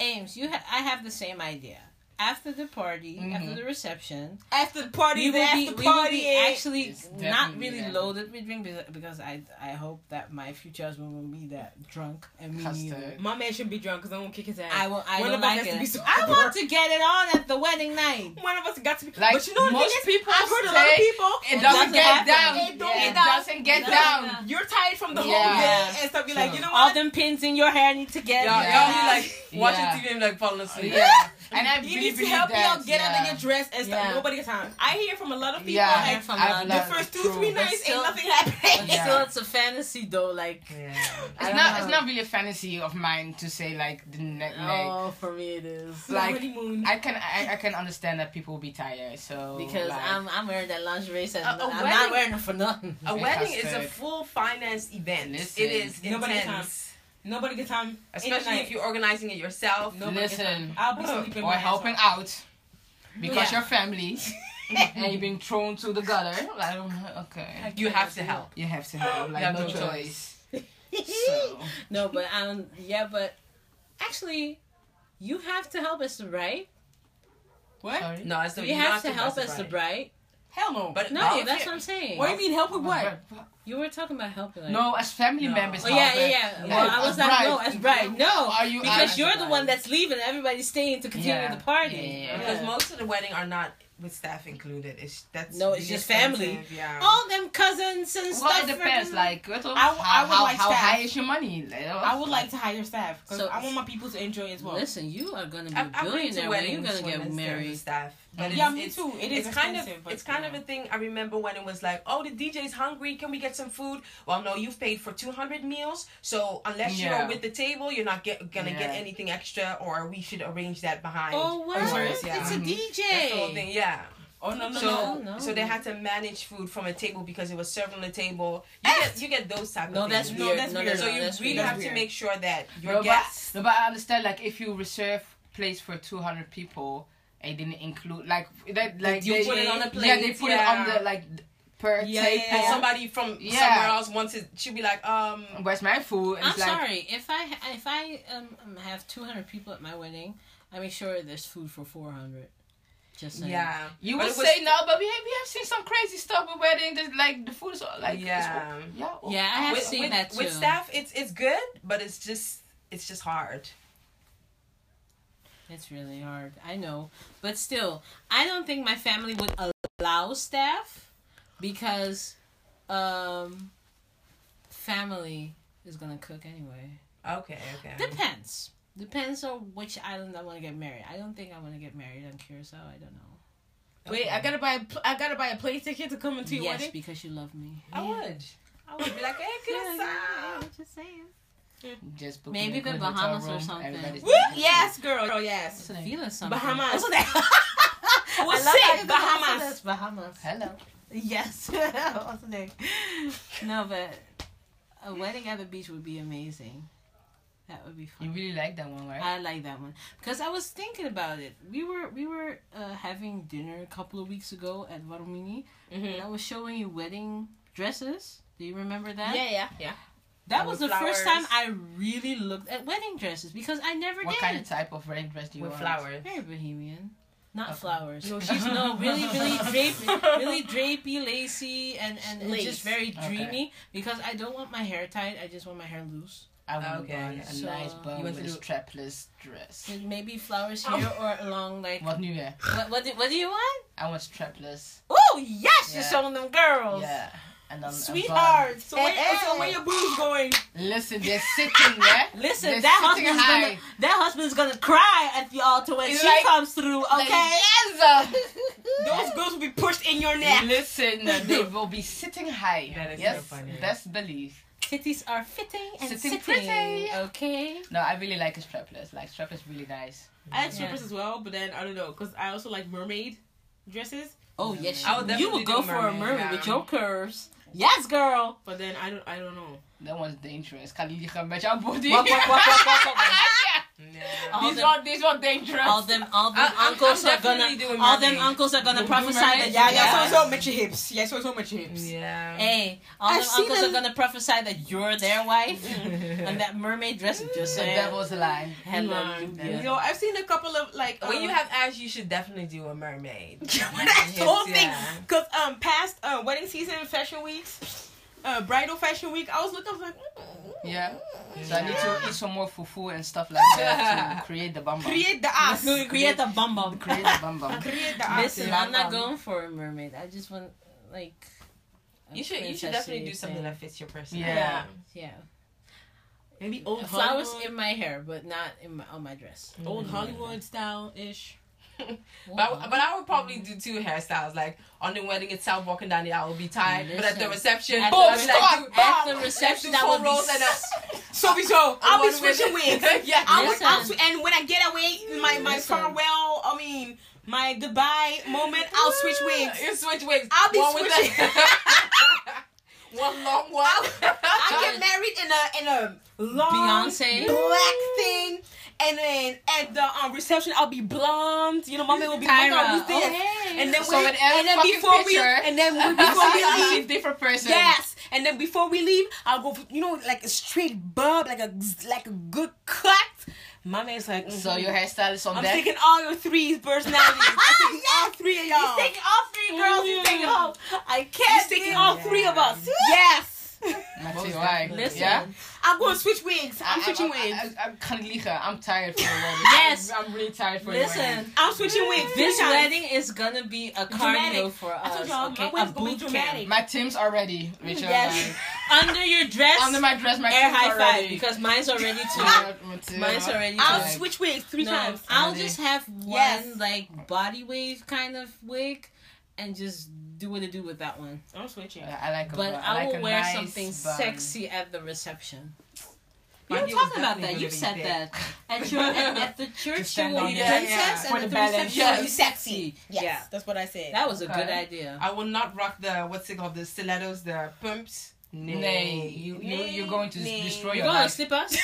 [SPEAKER 2] Ames, you ha- I have the same idea. After the party,
[SPEAKER 1] Mhm.
[SPEAKER 2] after the reception,
[SPEAKER 4] After the Mm-hmm. party,
[SPEAKER 2] we
[SPEAKER 4] the
[SPEAKER 2] will be, we
[SPEAKER 4] after
[SPEAKER 2] will
[SPEAKER 4] party. eh?
[SPEAKER 2] be actually
[SPEAKER 1] It's
[SPEAKER 2] not
[SPEAKER 1] definitely
[SPEAKER 2] really
[SPEAKER 1] that.
[SPEAKER 2] loaded with drink because, because I I hope that my future husband will be that drunk and me neither.
[SPEAKER 1] Custard.
[SPEAKER 4] my man should be drunk because I won't kick his ass.
[SPEAKER 2] I will. I
[SPEAKER 4] One
[SPEAKER 2] don't
[SPEAKER 4] of us
[SPEAKER 2] like
[SPEAKER 4] has to be
[SPEAKER 2] it.
[SPEAKER 4] sober.
[SPEAKER 2] I want to get it on at the wedding night.
[SPEAKER 4] One of us got to be.
[SPEAKER 1] Like,
[SPEAKER 4] but you know, the
[SPEAKER 1] most
[SPEAKER 4] thing is,
[SPEAKER 1] people
[SPEAKER 4] I've heard a lot of
[SPEAKER 1] say
[SPEAKER 4] people.
[SPEAKER 1] It
[SPEAKER 2] It
[SPEAKER 1] doesn't
[SPEAKER 2] doesn't
[SPEAKER 1] get
[SPEAKER 2] happen.
[SPEAKER 1] down.
[SPEAKER 4] It don't
[SPEAKER 1] It
[SPEAKER 4] get down.
[SPEAKER 1] doesn't get
[SPEAKER 2] It
[SPEAKER 1] down.
[SPEAKER 2] doesn't get
[SPEAKER 4] You're tired from the whole
[SPEAKER 1] Yeah.
[SPEAKER 4] day and stuff. You're like, you know
[SPEAKER 2] All
[SPEAKER 4] what?
[SPEAKER 2] them pins in your hair need to get.
[SPEAKER 3] y'all,
[SPEAKER 1] Yeah.
[SPEAKER 3] y'all be like watching
[SPEAKER 1] Yeah.
[SPEAKER 3] TV and like falling asleep.
[SPEAKER 1] Yeah, and I
[SPEAKER 4] you
[SPEAKER 1] really
[SPEAKER 4] need to
[SPEAKER 1] believe
[SPEAKER 4] help me
[SPEAKER 1] that.
[SPEAKER 4] out, get out
[SPEAKER 1] yeah.
[SPEAKER 4] of your dress and stuff.
[SPEAKER 2] Yeah.
[SPEAKER 4] Nobody has time. I hear from a lot of people
[SPEAKER 1] Yeah,
[SPEAKER 2] I hear
[SPEAKER 4] like
[SPEAKER 2] from
[SPEAKER 1] I've
[SPEAKER 2] a lot of
[SPEAKER 4] the
[SPEAKER 1] learned-
[SPEAKER 4] first two,
[SPEAKER 1] true.
[SPEAKER 4] three nights
[SPEAKER 2] still-
[SPEAKER 4] ain't nothing happening.
[SPEAKER 2] But
[SPEAKER 1] Yeah.
[SPEAKER 2] still, it's a fantasy though. Like, I
[SPEAKER 1] It's
[SPEAKER 2] don't
[SPEAKER 1] not.
[SPEAKER 2] know.
[SPEAKER 1] It's not really a fantasy of mine to say like the next.
[SPEAKER 2] Oh, for me it is.
[SPEAKER 1] Like,
[SPEAKER 4] honeymoon.
[SPEAKER 1] I can. I, I can understand that people will be tired. So
[SPEAKER 2] Because
[SPEAKER 1] like,
[SPEAKER 2] I'm I'm wearing that lingerie set.
[SPEAKER 3] A-
[SPEAKER 2] I'm
[SPEAKER 3] a
[SPEAKER 2] not
[SPEAKER 3] wedding-
[SPEAKER 2] wearing it for nothing.
[SPEAKER 3] A wedding is a
[SPEAKER 1] Fantastic.
[SPEAKER 3] full finance event.
[SPEAKER 1] Listen.
[SPEAKER 3] it is
[SPEAKER 4] Nobody has
[SPEAKER 3] intense.
[SPEAKER 4] Nobody get time.
[SPEAKER 3] Especially if you're organizing it yourself.
[SPEAKER 4] Nobody gets
[SPEAKER 1] Listen.
[SPEAKER 4] time. I'll be sleeping.
[SPEAKER 1] or
[SPEAKER 4] my ass
[SPEAKER 1] helping
[SPEAKER 4] off.
[SPEAKER 1] out because
[SPEAKER 4] Yeah.
[SPEAKER 1] your family and you've been thrown to the gutter. Like okay,
[SPEAKER 3] You have to help.
[SPEAKER 1] you have to help. Like
[SPEAKER 3] have
[SPEAKER 1] no
[SPEAKER 3] no
[SPEAKER 1] choice. so
[SPEAKER 2] No, but um, yeah, but actually, you have to help us, right?
[SPEAKER 4] What?
[SPEAKER 1] sorry.
[SPEAKER 3] No, it's
[SPEAKER 2] So
[SPEAKER 3] not.
[SPEAKER 2] you have to help us, to bride.
[SPEAKER 4] Hell no.
[SPEAKER 3] But
[SPEAKER 2] No,
[SPEAKER 3] but if
[SPEAKER 2] that's
[SPEAKER 3] you-
[SPEAKER 2] what I'm saying.
[SPEAKER 4] what do you mean help with what?
[SPEAKER 2] You were talking about helping. like-
[SPEAKER 1] No, as family members.
[SPEAKER 2] Oh yeah,
[SPEAKER 1] help
[SPEAKER 2] yeah,
[SPEAKER 1] it.
[SPEAKER 2] yeah.
[SPEAKER 1] Like,
[SPEAKER 2] Well, I was
[SPEAKER 1] as
[SPEAKER 2] like,
[SPEAKER 1] bride.
[SPEAKER 2] no, as bride, no,
[SPEAKER 1] Are you
[SPEAKER 2] because
[SPEAKER 1] as
[SPEAKER 2] you're the
[SPEAKER 1] bride?
[SPEAKER 2] one that's leaving. Everybody's staying to continue
[SPEAKER 1] Yeah.
[SPEAKER 2] the party.
[SPEAKER 1] Yeah, yeah, yeah.
[SPEAKER 3] Because most of the wedding are not with staff included. It's that's
[SPEAKER 2] No, it's
[SPEAKER 3] really
[SPEAKER 2] just family. Oh,
[SPEAKER 3] expensive, Yeah.
[SPEAKER 2] all them cousins and
[SPEAKER 1] Well,
[SPEAKER 2] stuff.
[SPEAKER 1] it depends.
[SPEAKER 2] freaking-
[SPEAKER 1] Like, what
[SPEAKER 4] I
[SPEAKER 1] how,
[SPEAKER 4] w- I would
[SPEAKER 1] how,
[SPEAKER 4] like
[SPEAKER 1] how
[SPEAKER 4] staff.
[SPEAKER 1] high is your money?
[SPEAKER 4] I would like to hire staff because
[SPEAKER 2] So-
[SPEAKER 4] I want my people to enjoy as well.
[SPEAKER 2] Listen, you are gonna be
[SPEAKER 3] I've,
[SPEAKER 2] a
[SPEAKER 3] I've been to
[SPEAKER 2] billionaire when you're
[SPEAKER 3] weddings
[SPEAKER 2] gonna
[SPEAKER 3] when
[SPEAKER 2] get
[SPEAKER 3] it's there with
[SPEAKER 2] married.
[SPEAKER 3] staff, but it's,
[SPEAKER 4] yeah, me
[SPEAKER 3] it's,
[SPEAKER 4] too. It is
[SPEAKER 3] It's kind of
[SPEAKER 4] expensive, but,
[SPEAKER 3] it's kind
[SPEAKER 4] yeah.
[SPEAKER 3] of a thing. I remember when it was like, oh, the DJ's hungry. Can we get some food? Well, no, you've paid for two hundred meals, so unless
[SPEAKER 1] Yeah.
[SPEAKER 3] you're with the table, you're not get, gonna get
[SPEAKER 1] Yeah.
[SPEAKER 3] anything extra, or we should arrange that behind.
[SPEAKER 2] Oh what?
[SPEAKER 3] Doors, yeah. Mm-hmm.
[SPEAKER 2] It's a
[SPEAKER 1] Mhm.
[SPEAKER 3] That's the whole
[SPEAKER 2] DJ.
[SPEAKER 3] thing. Yeah.
[SPEAKER 4] Oh no no no.
[SPEAKER 3] So
[SPEAKER 2] no, no.
[SPEAKER 3] so they had to manage food from a table because it was served on the table. You get you get those type
[SPEAKER 2] No,
[SPEAKER 3] of
[SPEAKER 2] that's
[SPEAKER 3] things.
[SPEAKER 2] weird.
[SPEAKER 4] that's
[SPEAKER 2] No, no,
[SPEAKER 4] weird.
[SPEAKER 3] so
[SPEAKER 2] no,
[SPEAKER 3] you
[SPEAKER 2] that's
[SPEAKER 3] really
[SPEAKER 2] weird.
[SPEAKER 3] have to
[SPEAKER 4] weird.
[SPEAKER 3] make sure that your
[SPEAKER 1] No,
[SPEAKER 3] guests.
[SPEAKER 1] but, no, but I understand. Like, if you reserve place for two hundred people and didn't include, like, that, like
[SPEAKER 3] you
[SPEAKER 1] they
[SPEAKER 3] put it on a
[SPEAKER 1] Yeah, they
[SPEAKER 3] plate,
[SPEAKER 1] put it on
[SPEAKER 3] yeah.
[SPEAKER 1] the like per
[SPEAKER 4] Yeah,
[SPEAKER 1] table.
[SPEAKER 4] yeah,
[SPEAKER 3] And somebody from
[SPEAKER 1] Yeah.
[SPEAKER 3] somewhere else wants it. She'd be like, um,
[SPEAKER 1] Where's my food? It's
[SPEAKER 2] I'm
[SPEAKER 1] like,
[SPEAKER 2] sorry. If I if I um um, have 200 people at my wedding, I make sure there's food for 400. Just saying.
[SPEAKER 3] yeah.
[SPEAKER 1] You
[SPEAKER 3] But
[SPEAKER 1] would
[SPEAKER 3] it was-
[SPEAKER 1] say no, but we have, we have seen some crazy stuff with wedding. That, like the food is all, like it's
[SPEAKER 3] Yeah.
[SPEAKER 1] all- yeah. oh,
[SPEAKER 2] Yeah, I have
[SPEAKER 3] with,
[SPEAKER 2] seen
[SPEAKER 3] with,
[SPEAKER 2] that too.
[SPEAKER 3] with staff it's it's good but it's just it's just hard
[SPEAKER 2] It's really hard. I know. But still, I don't think my family would allow staff because um family is gonna cook anyway.
[SPEAKER 3] Okay, okay.
[SPEAKER 2] Depends. Depends on which island I want to get married. I don't think I want to get married on Curacao. I don't know.
[SPEAKER 4] Wait, I gotta buy. A pl- I gotta buy a plane ticket to come into your
[SPEAKER 2] yes,
[SPEAKER 4] wedding.
[SPEAKER 2] because you love me.
[SPEAKER 3] I would. I would be like, hey,
[SPEAKER 2] Yeah,
[SPEAKER 3] Chris.
[SPEAKER 2] yeah, yeah, just saying.
[SPEAKER 1] Just book
[SPEAKER 2] Maybe
[SPEAKER 1] me a
[SPEAKER 2] the
[SPEAKER 1] good hotel
[SPEAKER 2] Bahamas or
[SPEAKER 1] room,
[SPEAKER 2] something.
[SPEAKER 1] everybody's
[SPEAKER 4] Woo! Yes, girl. Girl, yes.
[SPEAKER 1] listening.
[SPEAKER 2] Feeling something.
[SPEAKER 4] Bahamas.
[SPEAKER 2] What's that?
[SPEAKER 4] We'll
[SPEAKER 2] I love how
[SPEAKER 4] say
[SPEAKER 2] you pronounce it
[SPEAKER 4] Bahamas.
[SPEAKER 2] as Bahamas.
[SPEAKER 1] Hello.
[SPEAKER 2] Yes. What's the name? No, but a wedding at the beach would be amazing. That would be
[SPEAKER 1] You
[SPEAKER 2] fun.
[SPEAKER 1] really like that one, right?
[SPEAKER 2] I like that one because I was thinking about it. We were we were uh, having dinner a couple of weeks ago at Varumini, and I was showing you wedding dresses. Do you remember that?
[SPEAKER 4] Yeah, yeah, yeah.
[SPEAKER 2] That
[SPEAKER 3] And
[SPEAKER 2] was the
[SPEAKER 3] with
[SPEAKER 2] first time
[SPEAKER 3] flowers.
[SPEAKER 2] I really looked at wedding dresses because I never
[SPEAKER 1] what
[SPEAKER 2] did.
[SPEAKER 1] kind of type of wedding dress do you
[SPEAKER 3] With
[SPEAKER 1] want?
[SPEAKER 3] flowers.
[SPEAKER 2] Very bohemian. Not
[SPEAKER 1] Okay.
[SPEAKER 2] flowers.
[SPEAKER 4] No, she's-
[SPEAKER 2] no really, really drapey, really drapey, lacy, and and, and
[SPEAKER 4] Lace.
[SPEAKER 2] just very
[SPEAKER 1] Okay.
[SPEAKER 2] dreamy. Because I don't want my hair tied. I just want my hair loose.
[SPEAKER 1] I want
[SPEAKER 3] Okay,
[SPEAKER 1] a bun, a
[SPEAKER 2] so-
[SPEAKER 1] nice bun
[SPEAKER 3] You want
[SPEAKER 1] with a
[SPEAKER 3] to
[SPEAKER 1] strapless dress.
[SPEAKER 2] And maybe flowers here or along like
[SPEAKER 1] What new year?
[SPEAKER 2] what what do, what do you want?
[SPEAKER 1] I want strapless.
[SPEAKER 2] Oh yes,
[SPEAKER 1] Yeah.
[SPEAKER 2] you're showing them girls.
[SPEAKER 1] Yeah. And
[SPEAKER 2] Um,
[SPEAKER 1] then a bun.
[SPEAKER 2] Sweetheart.
[SPEAKER 4] So where,
[SPEAKER 2] Hey,
[SPEAKER 4] so where
[SPEAKER 2] hey.
[SPEAKER 4] your boo's going?
[SPEAKER 1] Listen, they're sitting there.
[SPEAKER 2] Listen,
[SPEAKER 1] They're
[SPEAKER 2] that
[SPEAKER 1] sitting
[SPEAKER 2] husband's
[SPEAKER 1] high.
[SPEAKER 2] gonna that husband's gonna cry at the altar when
[SPEAKER 1] It's
[SPEAKER 2] she
[SPEAKER 1] like-
[SPEAKER 2] comes through,
[SPEAKER 1] Like,
[SPEAKER 2] okay?
[SPEAKER 1] yes.
[SPEAKER 4] Those girls will be pushed in your neck.
[SPEAKER 1] Listen, uh, they will be sitting high.
[SPEAKER 3] That is so
[SPEAKER 1] yes,
[SPEAKER 3] funny.
[SPEAKER 1] best belief.
[SPEAKER 2] Cities are fitting and
[SPEAKER 1] Sitting
[SPEAKER 2] sitting,
[SPEAKER 1] pretty.
[SPEAKER 2] okay?
[SPEAKER 1] No, I really like a strapless. Like strapless, really nice.
[SPEAKER 4] I like
[SPEAKER 2] Yeah.
[SPEAKER 4] strippers as well, but then I don't know because I also like mermaid dresses.
[SPEAKER 2] Oh yes,
[SPEAKER 3] I would
[SPEAKER 2] you, you
[SPEAKER 3] definitely
[SPEAKER 2] would go
[SPEAKER 3] do
[SPEAKER 2] for a
[SPEAKER 3] mermaid,
[SPEAKER 2] mermaid
[SPEAKER 3] yeah.
[SPEAKER 2] with your curves. Yes, girl.
[SPEAKER 4] But then I don't, I don't know.
[SPEAKER 1] That one's dangerous. Kan liggen met jouw body.
[SPEAKER 2] Wap, wap, wap, wap, wap, wap.
[SPEAKER 3] Yeah.
[SPEAKER 2] All
[SPEAKER 1] These
[SPEAKER 2] them,
[SPEAKER 1] are these are dangerous.
[SPEAKER 2] all them, all them
[SPEAKER 3] I- I'm-
[SPEAKER 2] uncles
[SPEAKER 3] I'm
[SPEAKER 2] are gonna,
[SPEAKER 3] definitely doing
[SPEAKER 2] all them
[SPEAKER 3] mermaid.
[SPEAKER 2] uncles are gonna
[SPEAKER 1] Do
[SPEAKER 2] prophesy that
[SPEAKER 1] mermaid?
[SPEAKER 2] you
[SPEAKER 1] Yeah, yeah,
[SPEAKER 2] get-
[SPEAKER 1] so-
[SPEAKER 4] met your hips. Yeah, so so met your hips.
[SPEAKER 3] Yeah.
[SPEAKER 2] Hey, all
[SPEAKER 4] I've
[SPEAKER 2] them
[SPEAKER 4] seen
[SPEAKER 2] uncles
[SPEAKER 4] them-
[SPEAKER 2] are gonna prophesy that you're their wife, and that mermaid dress is just
[SPEAKER 1] So
[SPEAKER 2] saying,
[SPEAKER 1] that was a lie.
[SPEAKER 2] hello.
[SPEAKER 4] You know, I've seen a couple of like
[SPEAKER 3] When you
[SPEAKER 4] um,
[SPEAKER 3] have abs, you should definitely do a mermaid.
[SPEAKER 4] That's the whole thing.
[SPEAKER 3] Yeah.
[SPEAKER 4] Cause um, past uh, wedding season, fashion weeks, uh, bridal fashion week, I was looking. I was like, mm,
[SPEAKER 1] Yeah.
[SPEAKER 4] mm,
[SPEAKER 1] So I need to
[SPEAKER 4] yeah.
[SPEAKER 1] eat some more fufu and stuff like that to create the bamba.
[SPEAKER 4] create the ass.
[SPEAKER 2] No, you create a bum bum.
[SPEAKER 1] Create the bamba.
[SPEAKER 4] Create the ass.
[SPEAKER 2] Listen, Ah, I'm not going for a mermaid. I just want like. a
[SPEAKER 3] You should you should
[SPEAKER 2] princessy
[SPEAKER 3] definitely do something
[SPEAKER 2] thing.
[SPEAKER 3] that fits your personality.
[SPEAKER 1] Yeah.
[SPEAKER 2] Yeah,
[SPEAKER 4] Maybe old
[SPEAKER 2] flowers
[SPEAKER 4] Hollywood,
[SPEAKER 2] in my hair, but not in my on my dress.
[SPEAKER 4] old Hollywood style ish.
[SPEAKER 3] But I, but I would probably do two hairstyles. Like on the wedding itself, walking down the aisle will be tied. But at the
[SPEAKER 2] Listen.
[SPEAKER 3] reception,
[SPEAKER 2] At
[SPEAKER 3] boom,
[SPEAKER 2] the-
[SPEAKER 3] I'll be
[SPEAKER 4] stop,
[SPEAKER 3] like, do-
[SPEAKER 2] At the
[SPEAKER 3] let's
[SPEAKER 2] reception,
[SPEAKER 3] do
[SPEAKER 2] that
[SPEAKER 3] four
[SPEAKER 2] would be
[SPEAKER 3] rolls and a-
[SPEAKER 4] So we so I'll
[SPEAKER 3] one
[SPEAKER 4] be switching
[SPEAKER 3] with-
[SPEAKER 4] wigs.
[SPEAKER 3] yeah.
[SPEAKER 4] I
[SPEAKER 2] Listen.
[SPEAKER 4] will, sw- and when I get away, my my
[SPEAKER 2] Listen.
[SPEAKER 4] farewell. I mean, my goodbye moment. I'll switch wigs.
[SPEAKER 3] You switch wigs.
[SPEAKER 4] I'll be
[SPEAKER 3] one with
[SPEAKER 4] switching.
[SPEAKER 3] the- one long one.
[SPEAKER 4] I get married in a in a long
[SPEAKER 2] Beyonce.
[SPEAKER 4] black thing, and then at the um, reception I'll be blonde. You know, my man will be like,
[SPEAKER 2] Tyra.
[SPEAKER 4] "Oh, who's this?" And then
[SPEAKER 1] So
[SPEAKER 4] we,
[SPEAKER 1] in every
[SPEAKER 4] and then
[SPEAKER 1] fucking
[SPEAKER 4] before we
[SPEAKER 1] picture,
[SPEAKER 4] and then we,
[SPEAKER 1] You
[SPEAKER 4] before
[SPEAKER 1] see
[SPEAKER 4] we
[SPEAKER 1] a
[SPEAKER 4] leave,
[SPEAKER 1] different person.
[SPEAKER 4] yes, and then before we leave, I'll go for, you know like a straight bob, like a like a good cut. My man's like,
[SPEAKER 1] So
[SPEAKER 4] mhm.
[SPEAKER 1] your hairstyle is on
[SPEAKER 4] I'm
[SPEAKER 1] that.
[SPEAKER 4] taking all your threes personalities. I'm taking all three of y'all. Mm-hmm.
[SPEAKER 2] He's taking all three girls. He's taking home. I can't.
[SPEAKER 4] He's taking
[SPEAKER 2] do-
[SPEAKER 4] all
[SPEAKER 3] Yeah.
[SPEAKER 4] three of us. Yes.
[SPEAKER 1] Matthew, why?
[SPEAKER 2] Listen.
[SPEAKER 1] Yeah?
[SPEAKER 4] I'm going to switch wigs. I'm switching
[SPEAKER 1] I,
[SPEAKER 4] wigs.
[SPEAKER 1] I, I, I can't leave her. I'm tired for the wedding.
[SPEAKER 2] Yes.
[SPEAKER 1] I'm, I'm really tired for the wedding.
[SPEAKER 2] Listen,
[SPEAKER 4] I'm switching wigs.
[SPEAKER 2] this
[SPEAKER 4] Three times.
[SPEAKER 2] wedding is gonna be a cardio
[SPEAKER 4] Dramatic.
[SPEAKER 2] for
[SPEAKER 4] I told
[SPEAKER 2] us.
[SPEAKER 4] y'all, my
[SPEAKER 2] Okay, a
[SPEAKER 4] wedding's gonna be
[SPEAKER 2] boot camp.
[SPEAKER 4] dramatic.
[SPEAKER 1] My team's already, Rachel.
[SPEAKER 4] Yes.
[SPEAKER 1] Like,
[SPEAKER 2] Under your dress,
[SPEAKER 1] under my dress, my
[SPEAKER 2] air
[SPEAKER 1] team's
[SPEAKER 2] high five
[SPEAKER 1] already.
[SPEAKER 2] because mine's already two.
[SPEAKER 1] Yeah, Matthew.
[SPEAKER 2] mine's already
[SPEAKER 4] I'll
[SPEAKER 1] Like-
[SPEAKER 2] two.
[SPEAKER 4] switch wigs three
[SPEAKER 2] No,
[SPEAKER 4] times.
[SPEAKER 2] I'll
[SPEAKER 1] Really?
[SPEAKER 2] just have one
[SPEAKER 4] Yes.
[SPEAKER 2] like body wave kind of wig, and just do what I do with that one.
[SPEAKER 4] I'm switching.
[SPEAKER 1] Yeah, I like a
[SPEAKER 2] But
[SPEAKER 1] bun.
[SPEAKER 2] I,
[SPEAKER 1] like
[SPEAKER 2] will
[SPEAKER 1] a
[SPEAKER 2] wear
[SPEAKER 1] nice
[SPEAKER 2] something
[SPEAKER 1] bun.
[SPEAKER 2] sexy at the reception.
[SPEAKER 3] But
[SPEAKER 2] You were
[SPEAKER 3] he was
[SPEAKER 2] talking about that.
[SPEAKER 3] definitely
[SPEAKER 2] You
[SPEAKER 3] gonna
[SPEAKER 2] said
[SPEAKER 3] be
[SPEAKER 2] that at your at, at the church you
[SPEAKER 1] stand
[SPEAKER 2] will
[SPEAKER 1] on
[SPEAKER 2] be
[SPEAKER 3] it.
[SPEAKER 2] princess
[SPEAKER 3] Yeah.
[SPEAKER 2] and
[SPEAKER 1] For
[SPEAKER 2] at
[SPEAKER 1] the
[SPEAKER 2] the reception
[SPEAKER 1] balance.
[SPEAKER 2] you'll be
[SPEAKER 4] Yes.
[SPEAKER 2] sexy.
[SPEAKER 4] Yes,
[SPEAKER 2] Yeah,
[SPEAKER 4] that's what I said.
[SPEAKER 2] that was a
[SPEAKER 1] Okay.
[SPEAKER 2] good idea.
[SPEAKER 3] I will not rock the what's it called the stilettos, the pumps.
[SPEAKER 1] Nay, you, you you're going to
[SPEAKER 3] Nay.
[SPEAKER 1] destroy
[SPEAKER 2] You
[SPEAKER 1] your
[SPEAKER 2] going on
[SPEAKER 1] life.
[SPEAKER 2] slippers?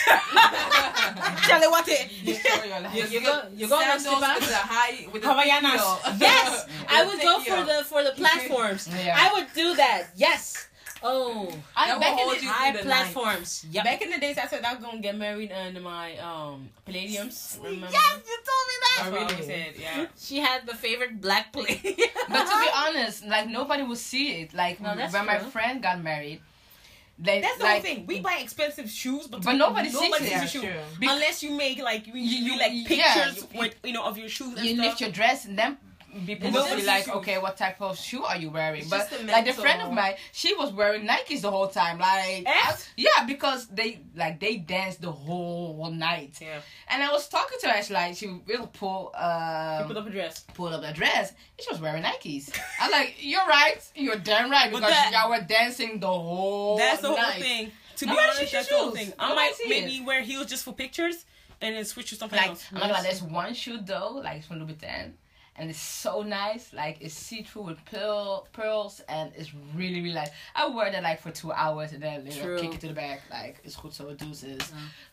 [SPEAKER 4] Charlie, what it?
[SPEAKER 1] Destroy your life.
[SPEAKER 2] You- you go- you go
[SPEAKER 3] Sandals
[SPEAKER 2] on Shabbat?
[SPEAKER 3] with the high with the
[SPEAKER 4] Havaianas.
[SPEAKER 3] heel.
[SPEAKER 2] Yes, I would go for
[SPEAKER 3] Thank you.
[SPEAKER 2] the for the platforms.
[SPEAKER 1] Yeah.
[SPEAKER 2] I would do that. Yes. Oh,
[SPEAKER 1] I,
[SPEAKER 3] That
[SPEAKER 1] back
[SPEAKER 3] will
[SPEAKER 1] in
[SPEAKER 3] hold
[SPEAKER 1] the-
[SPEAKER 3] you
[SPEAKER 2] high
[SPEAKER 3] through the night.
[SPEAKER 2] platforms. Yep.
[SPEAKER 4] Back in the days, I said I was gonna get married in my um palladiums. Remember?
[SPEAKER 2] you told me that.
[SPEAKER 4] that's
[SPEAKER 3] Oh,
[SPEAKER 4] what I
[SPEAKER 3] really?
[SPEAKER 4] said. Yeah.
[SPEAKER 2] She had the favorite black plate.
[SPEAKER 1] But to be honest, like nobody will see it. Like
[SPEAKER 2] No, that's
[SPEAKER 1] when my
[SPEAKER 2] true.
[SPEAKER 1] friend got married, Like,
[SPEAKER 4] That's the
[SPEAKER 1] like,
[SPEAKER 4] whole thing. We buy expensive shoes, but,
[SPEAKER 1] But nobody sees
[SPEAKER 4] nobody
[SPEAKER 1] it.
[SPEAKER 4] sees
[SPEAKER 1] Yeah,
[SPEAKER 4] your shoe
[SPEAKER 3] true.
[SPEAKER 1] Bec-
[SPEAKER 4] unless you make like you,
[SPEAKER 1] You-
[SPEAKER 4] you,
[SPEAKER 1] you-
[SPEAKER 4] like pictures
[SPEAKER 1] yeah, you-
[SPEAKER 4] with you know of your shoes. And
[SPEAKER 1] you
[SPEAKER 4] stuff.
[SPEAKER 1] lift your dress and then people will
[SPEAKER 4] Nobody
[SPEAKER 1] be like,
[SPEAKER 4] sees you.
[SPEAKER 1] okay, what type of shoe are you wearing?
[SPEAKER 3] It's
[SPEAKER 1] but
[SPEAKER 3] just a
[SPEAKER 1] like the friend of
[SPEAKER 3] mental-
[SPEAKER 1] mine, she was wearing Nikes the whole time. Like,
[SPEAKER 4] Eh?
[SPEAKER 1] I- yeah, because they like they danced the whole night.
[SPEAKER 4] Yeah.
[SPEAKER 1] And I was talking to her, she's like she will pull
[SPEAKER 4] You
[SPEAKER 1] um,
[SPEAKER 4] put up a dress.
[SPEAKER 1] pull up the dress. And she was wearing Nikes. I'm like, you're right, you're damn right
[SPEAKER 4] But
[SPEAKER 1] because
[SPEAKER 4] that-
[SPEAKER 1] y'all were dancing the whole.
[SPEAKER 4] that's the whole
[SPEAKER 1] night.
[SPEAKER 4] thing. To be
[SPEAKER 1] Nobody
[SPEAKER 4] honest,
[SPEAKER 1] sees
[SPEAKER 4] that's the
[SPEAKER 1] your
[SPEAKER 4] whole
[SPEAKER 1] shoes.
[SPEAKER 4] thing. I
[SPEAKER 1] Nobody
[SPEAKER 4] might
[SPEAKER 1] sees
[SPEAKER 4] maybe wear heels just for pictures and then switch to something
[SPEAKER 1] Like,
[SPEAKER 4] else.
[SPEAKER 1] I'm not gonna lie, there's one shoe though, like it's from Louis Vuitton, and it's so nice. Like it's see through with pearl pearls, and it's really really nice. I wear that like for two hours and then later
[SPEAKER 4] True.
[SPEAKER 1] kick it to the back. Like it's good so deuces,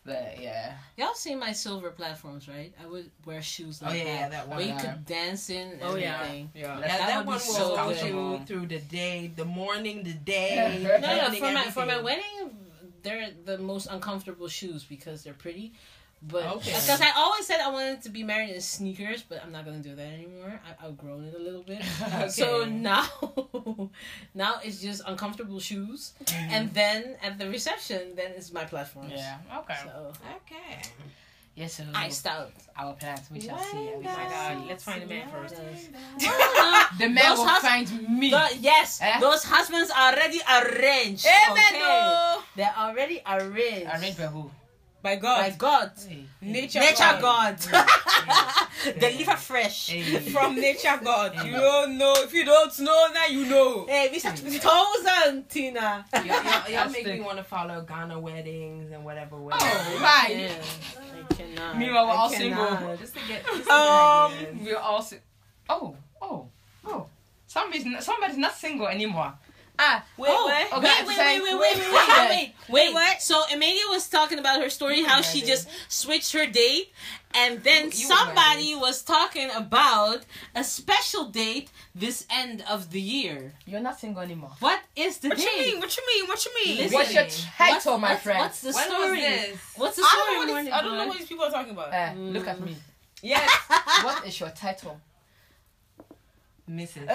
[SPEAKER 1] but yeah.
[SPEAKER 2] Y'all see my silver platforms, right? I would wear shoes
[SPEAKER 3] Oh,
[SPEAKER 2] like
[SPEAKER 3] yeah,
[SPEAKER 2] that.
[SPEAKER 3] yeah, that one.
[SPEAKER 2] Where you
[SPEAKER 1] Yeah.
[SPEAKER 2] could dance in and
[SPEAKER 4] Oh, yeah.
[SPEAKER 2] everything.
[SPEAKER 1] That-
[SPEAKER 3] Yeah, that,
[SPEAKER 2] that would be
[SPEAKER 3] one will
[SPEAKER 2] so
[SPEAKER 3] go
[SPEAKER 2] good.
[SPEAKER 3] you through the day, the morning, the day.
[SPEAKER 1] No,
[SPEAKER 2] No, no,
[SPEAKER 3] evening,
[SPEAKER 2] for my for my
[SPEAKER 3] everything.
[SPEAKER 2] wedding, they're the most uncomfortable shoes because they're pretty. But
[SPEAKER 3] Okay.
[SPEAKER 2] because I always said I wanted to be married in sneakers, but I'm not gonna do that anymore. I, I've grown it a little bit, so
[SPEAKER 3] Okay.
[SPEAKER 2] now now it's just uncomfortable shoes. And then at the reception, then it's my platforms.
[SPEAKER 1] Yeah. Okay.
[SPEAKER 2] So
[SPEAKER 3] Okay.
[SPEAKER 1] yes. So
[SPEAKER 2] iced out.
[SPEAKER 1] our plans. We shall see. We
[SPEAKER 4] Oh my
[SPEAKER 1] shall
[SPEAKER 4] god,
[SPEAKER 1] see.
[SPEAKER 4] let's find a man first.
[SPEAKER 1] The man
[SPEAKER 2] Those
[SPEAKER 1] will
[SPEAKER 2] hus-
[SPEAKER 1] find me.
[SPEAKER 2] The- yes,
[SPEAKER 1] Eh?
[SPEAKER 2] those husbands are already arranged. Okay. They're already arranged.
[SPEAKER 1] Arranged by who?
[SPEAKER 4] By
[SPEAKER 2] By
[SPEAKER 4] God,
[SPEAKER 2] God.
[SPEAKER 4] nature,
[SPEAKER 2] Nature
[SPEAKER 4] God,
[SPEAKER 2] God.
[SPEAKER 4] deliver fresh
[SPEAKER 1] Hey.
[SPEAKER 4] from nature, God. You don't know if you don't know now, you know.
[SPEAKER 2] hey, we start with thousand, Tina.
[SPEAKER 3] Y'all, y'all, y'all
[SPEAKER 1] Fantastic.
[SPEAKER 3] make me want to follow Ghana weddings and whatever weddings.
[SPEAKER 1] Oh my!
[SPEAKER 2] Yeah, I cannot.
[SPEAKER 1] Meanwhile, we're
[SPEAKER 2] I
[SPEAKER 1] all
[SPEAKER 2] cannot.
[SPEAKER 1] single.
[SPEAKER 3] Just to get. Just to
[SPEAKER 4] Um,
[SPEAKER 3] get ideas.
[SPEAKER 1] We're all. Si- oh, oh, oh! Somebody's not, somebody's not single anymore. Ah,
[SPEAKER 4] Wait,
[SPEAKER 2] Oh,
[SPEAKER 4] wait.
[SPEAKER 1] okay.
[SPEAKER 2] Wait, wait, wait, wait, wait, wait, wait, wait, wait.
[SPEAKER 4] what?
[SPEAKER 2] So Emilia was talking about her story, how she just switched her date, and then
[SPEAKER 3] You- you were
[SPEAKER 2] somebody was talking about a special date this end of the year.
[SPEAKER 1] You're not single anymore.
[SPEAKER 2] What is the
[SPEAKER 4] What you mean?
[SPEAKER 2] date?
[SPEAKER 4] What you mean? What you mean?
[SPEAKER 2] Listen,
[SPEAKER 1] What's your
[SPEAKER 3] What's-
[SPEAKER 1] title, my
[SPEAKER 2] what's,
[SPEAKER 1] friend?
[SPEAKER 2] What's the
[SPEAKER 3] When was
[SPEAKER 2] story?
[SPEAKER 3] this?
[SPEAKER 2] What's the
[SPEAKER 4] I
[SPEAKER 2] story?
[SPEAKER 4] don't know what
[SPEAKER 2] Morning
[SPEAKER 4] these, I don't know
[SPEAKER 2] Glory?
[SPEAKER 4] what these people are talking about.
[SPEAKER 1] Uh, Look at
[SPEAKER 3] Mm.
[SPEAKER 1] me.
[SPEAKER 4] yes.
[SPEAKER 1] What is your title?
[SPEAKER 3] Mrs.
[SPEAKER 1] Uh,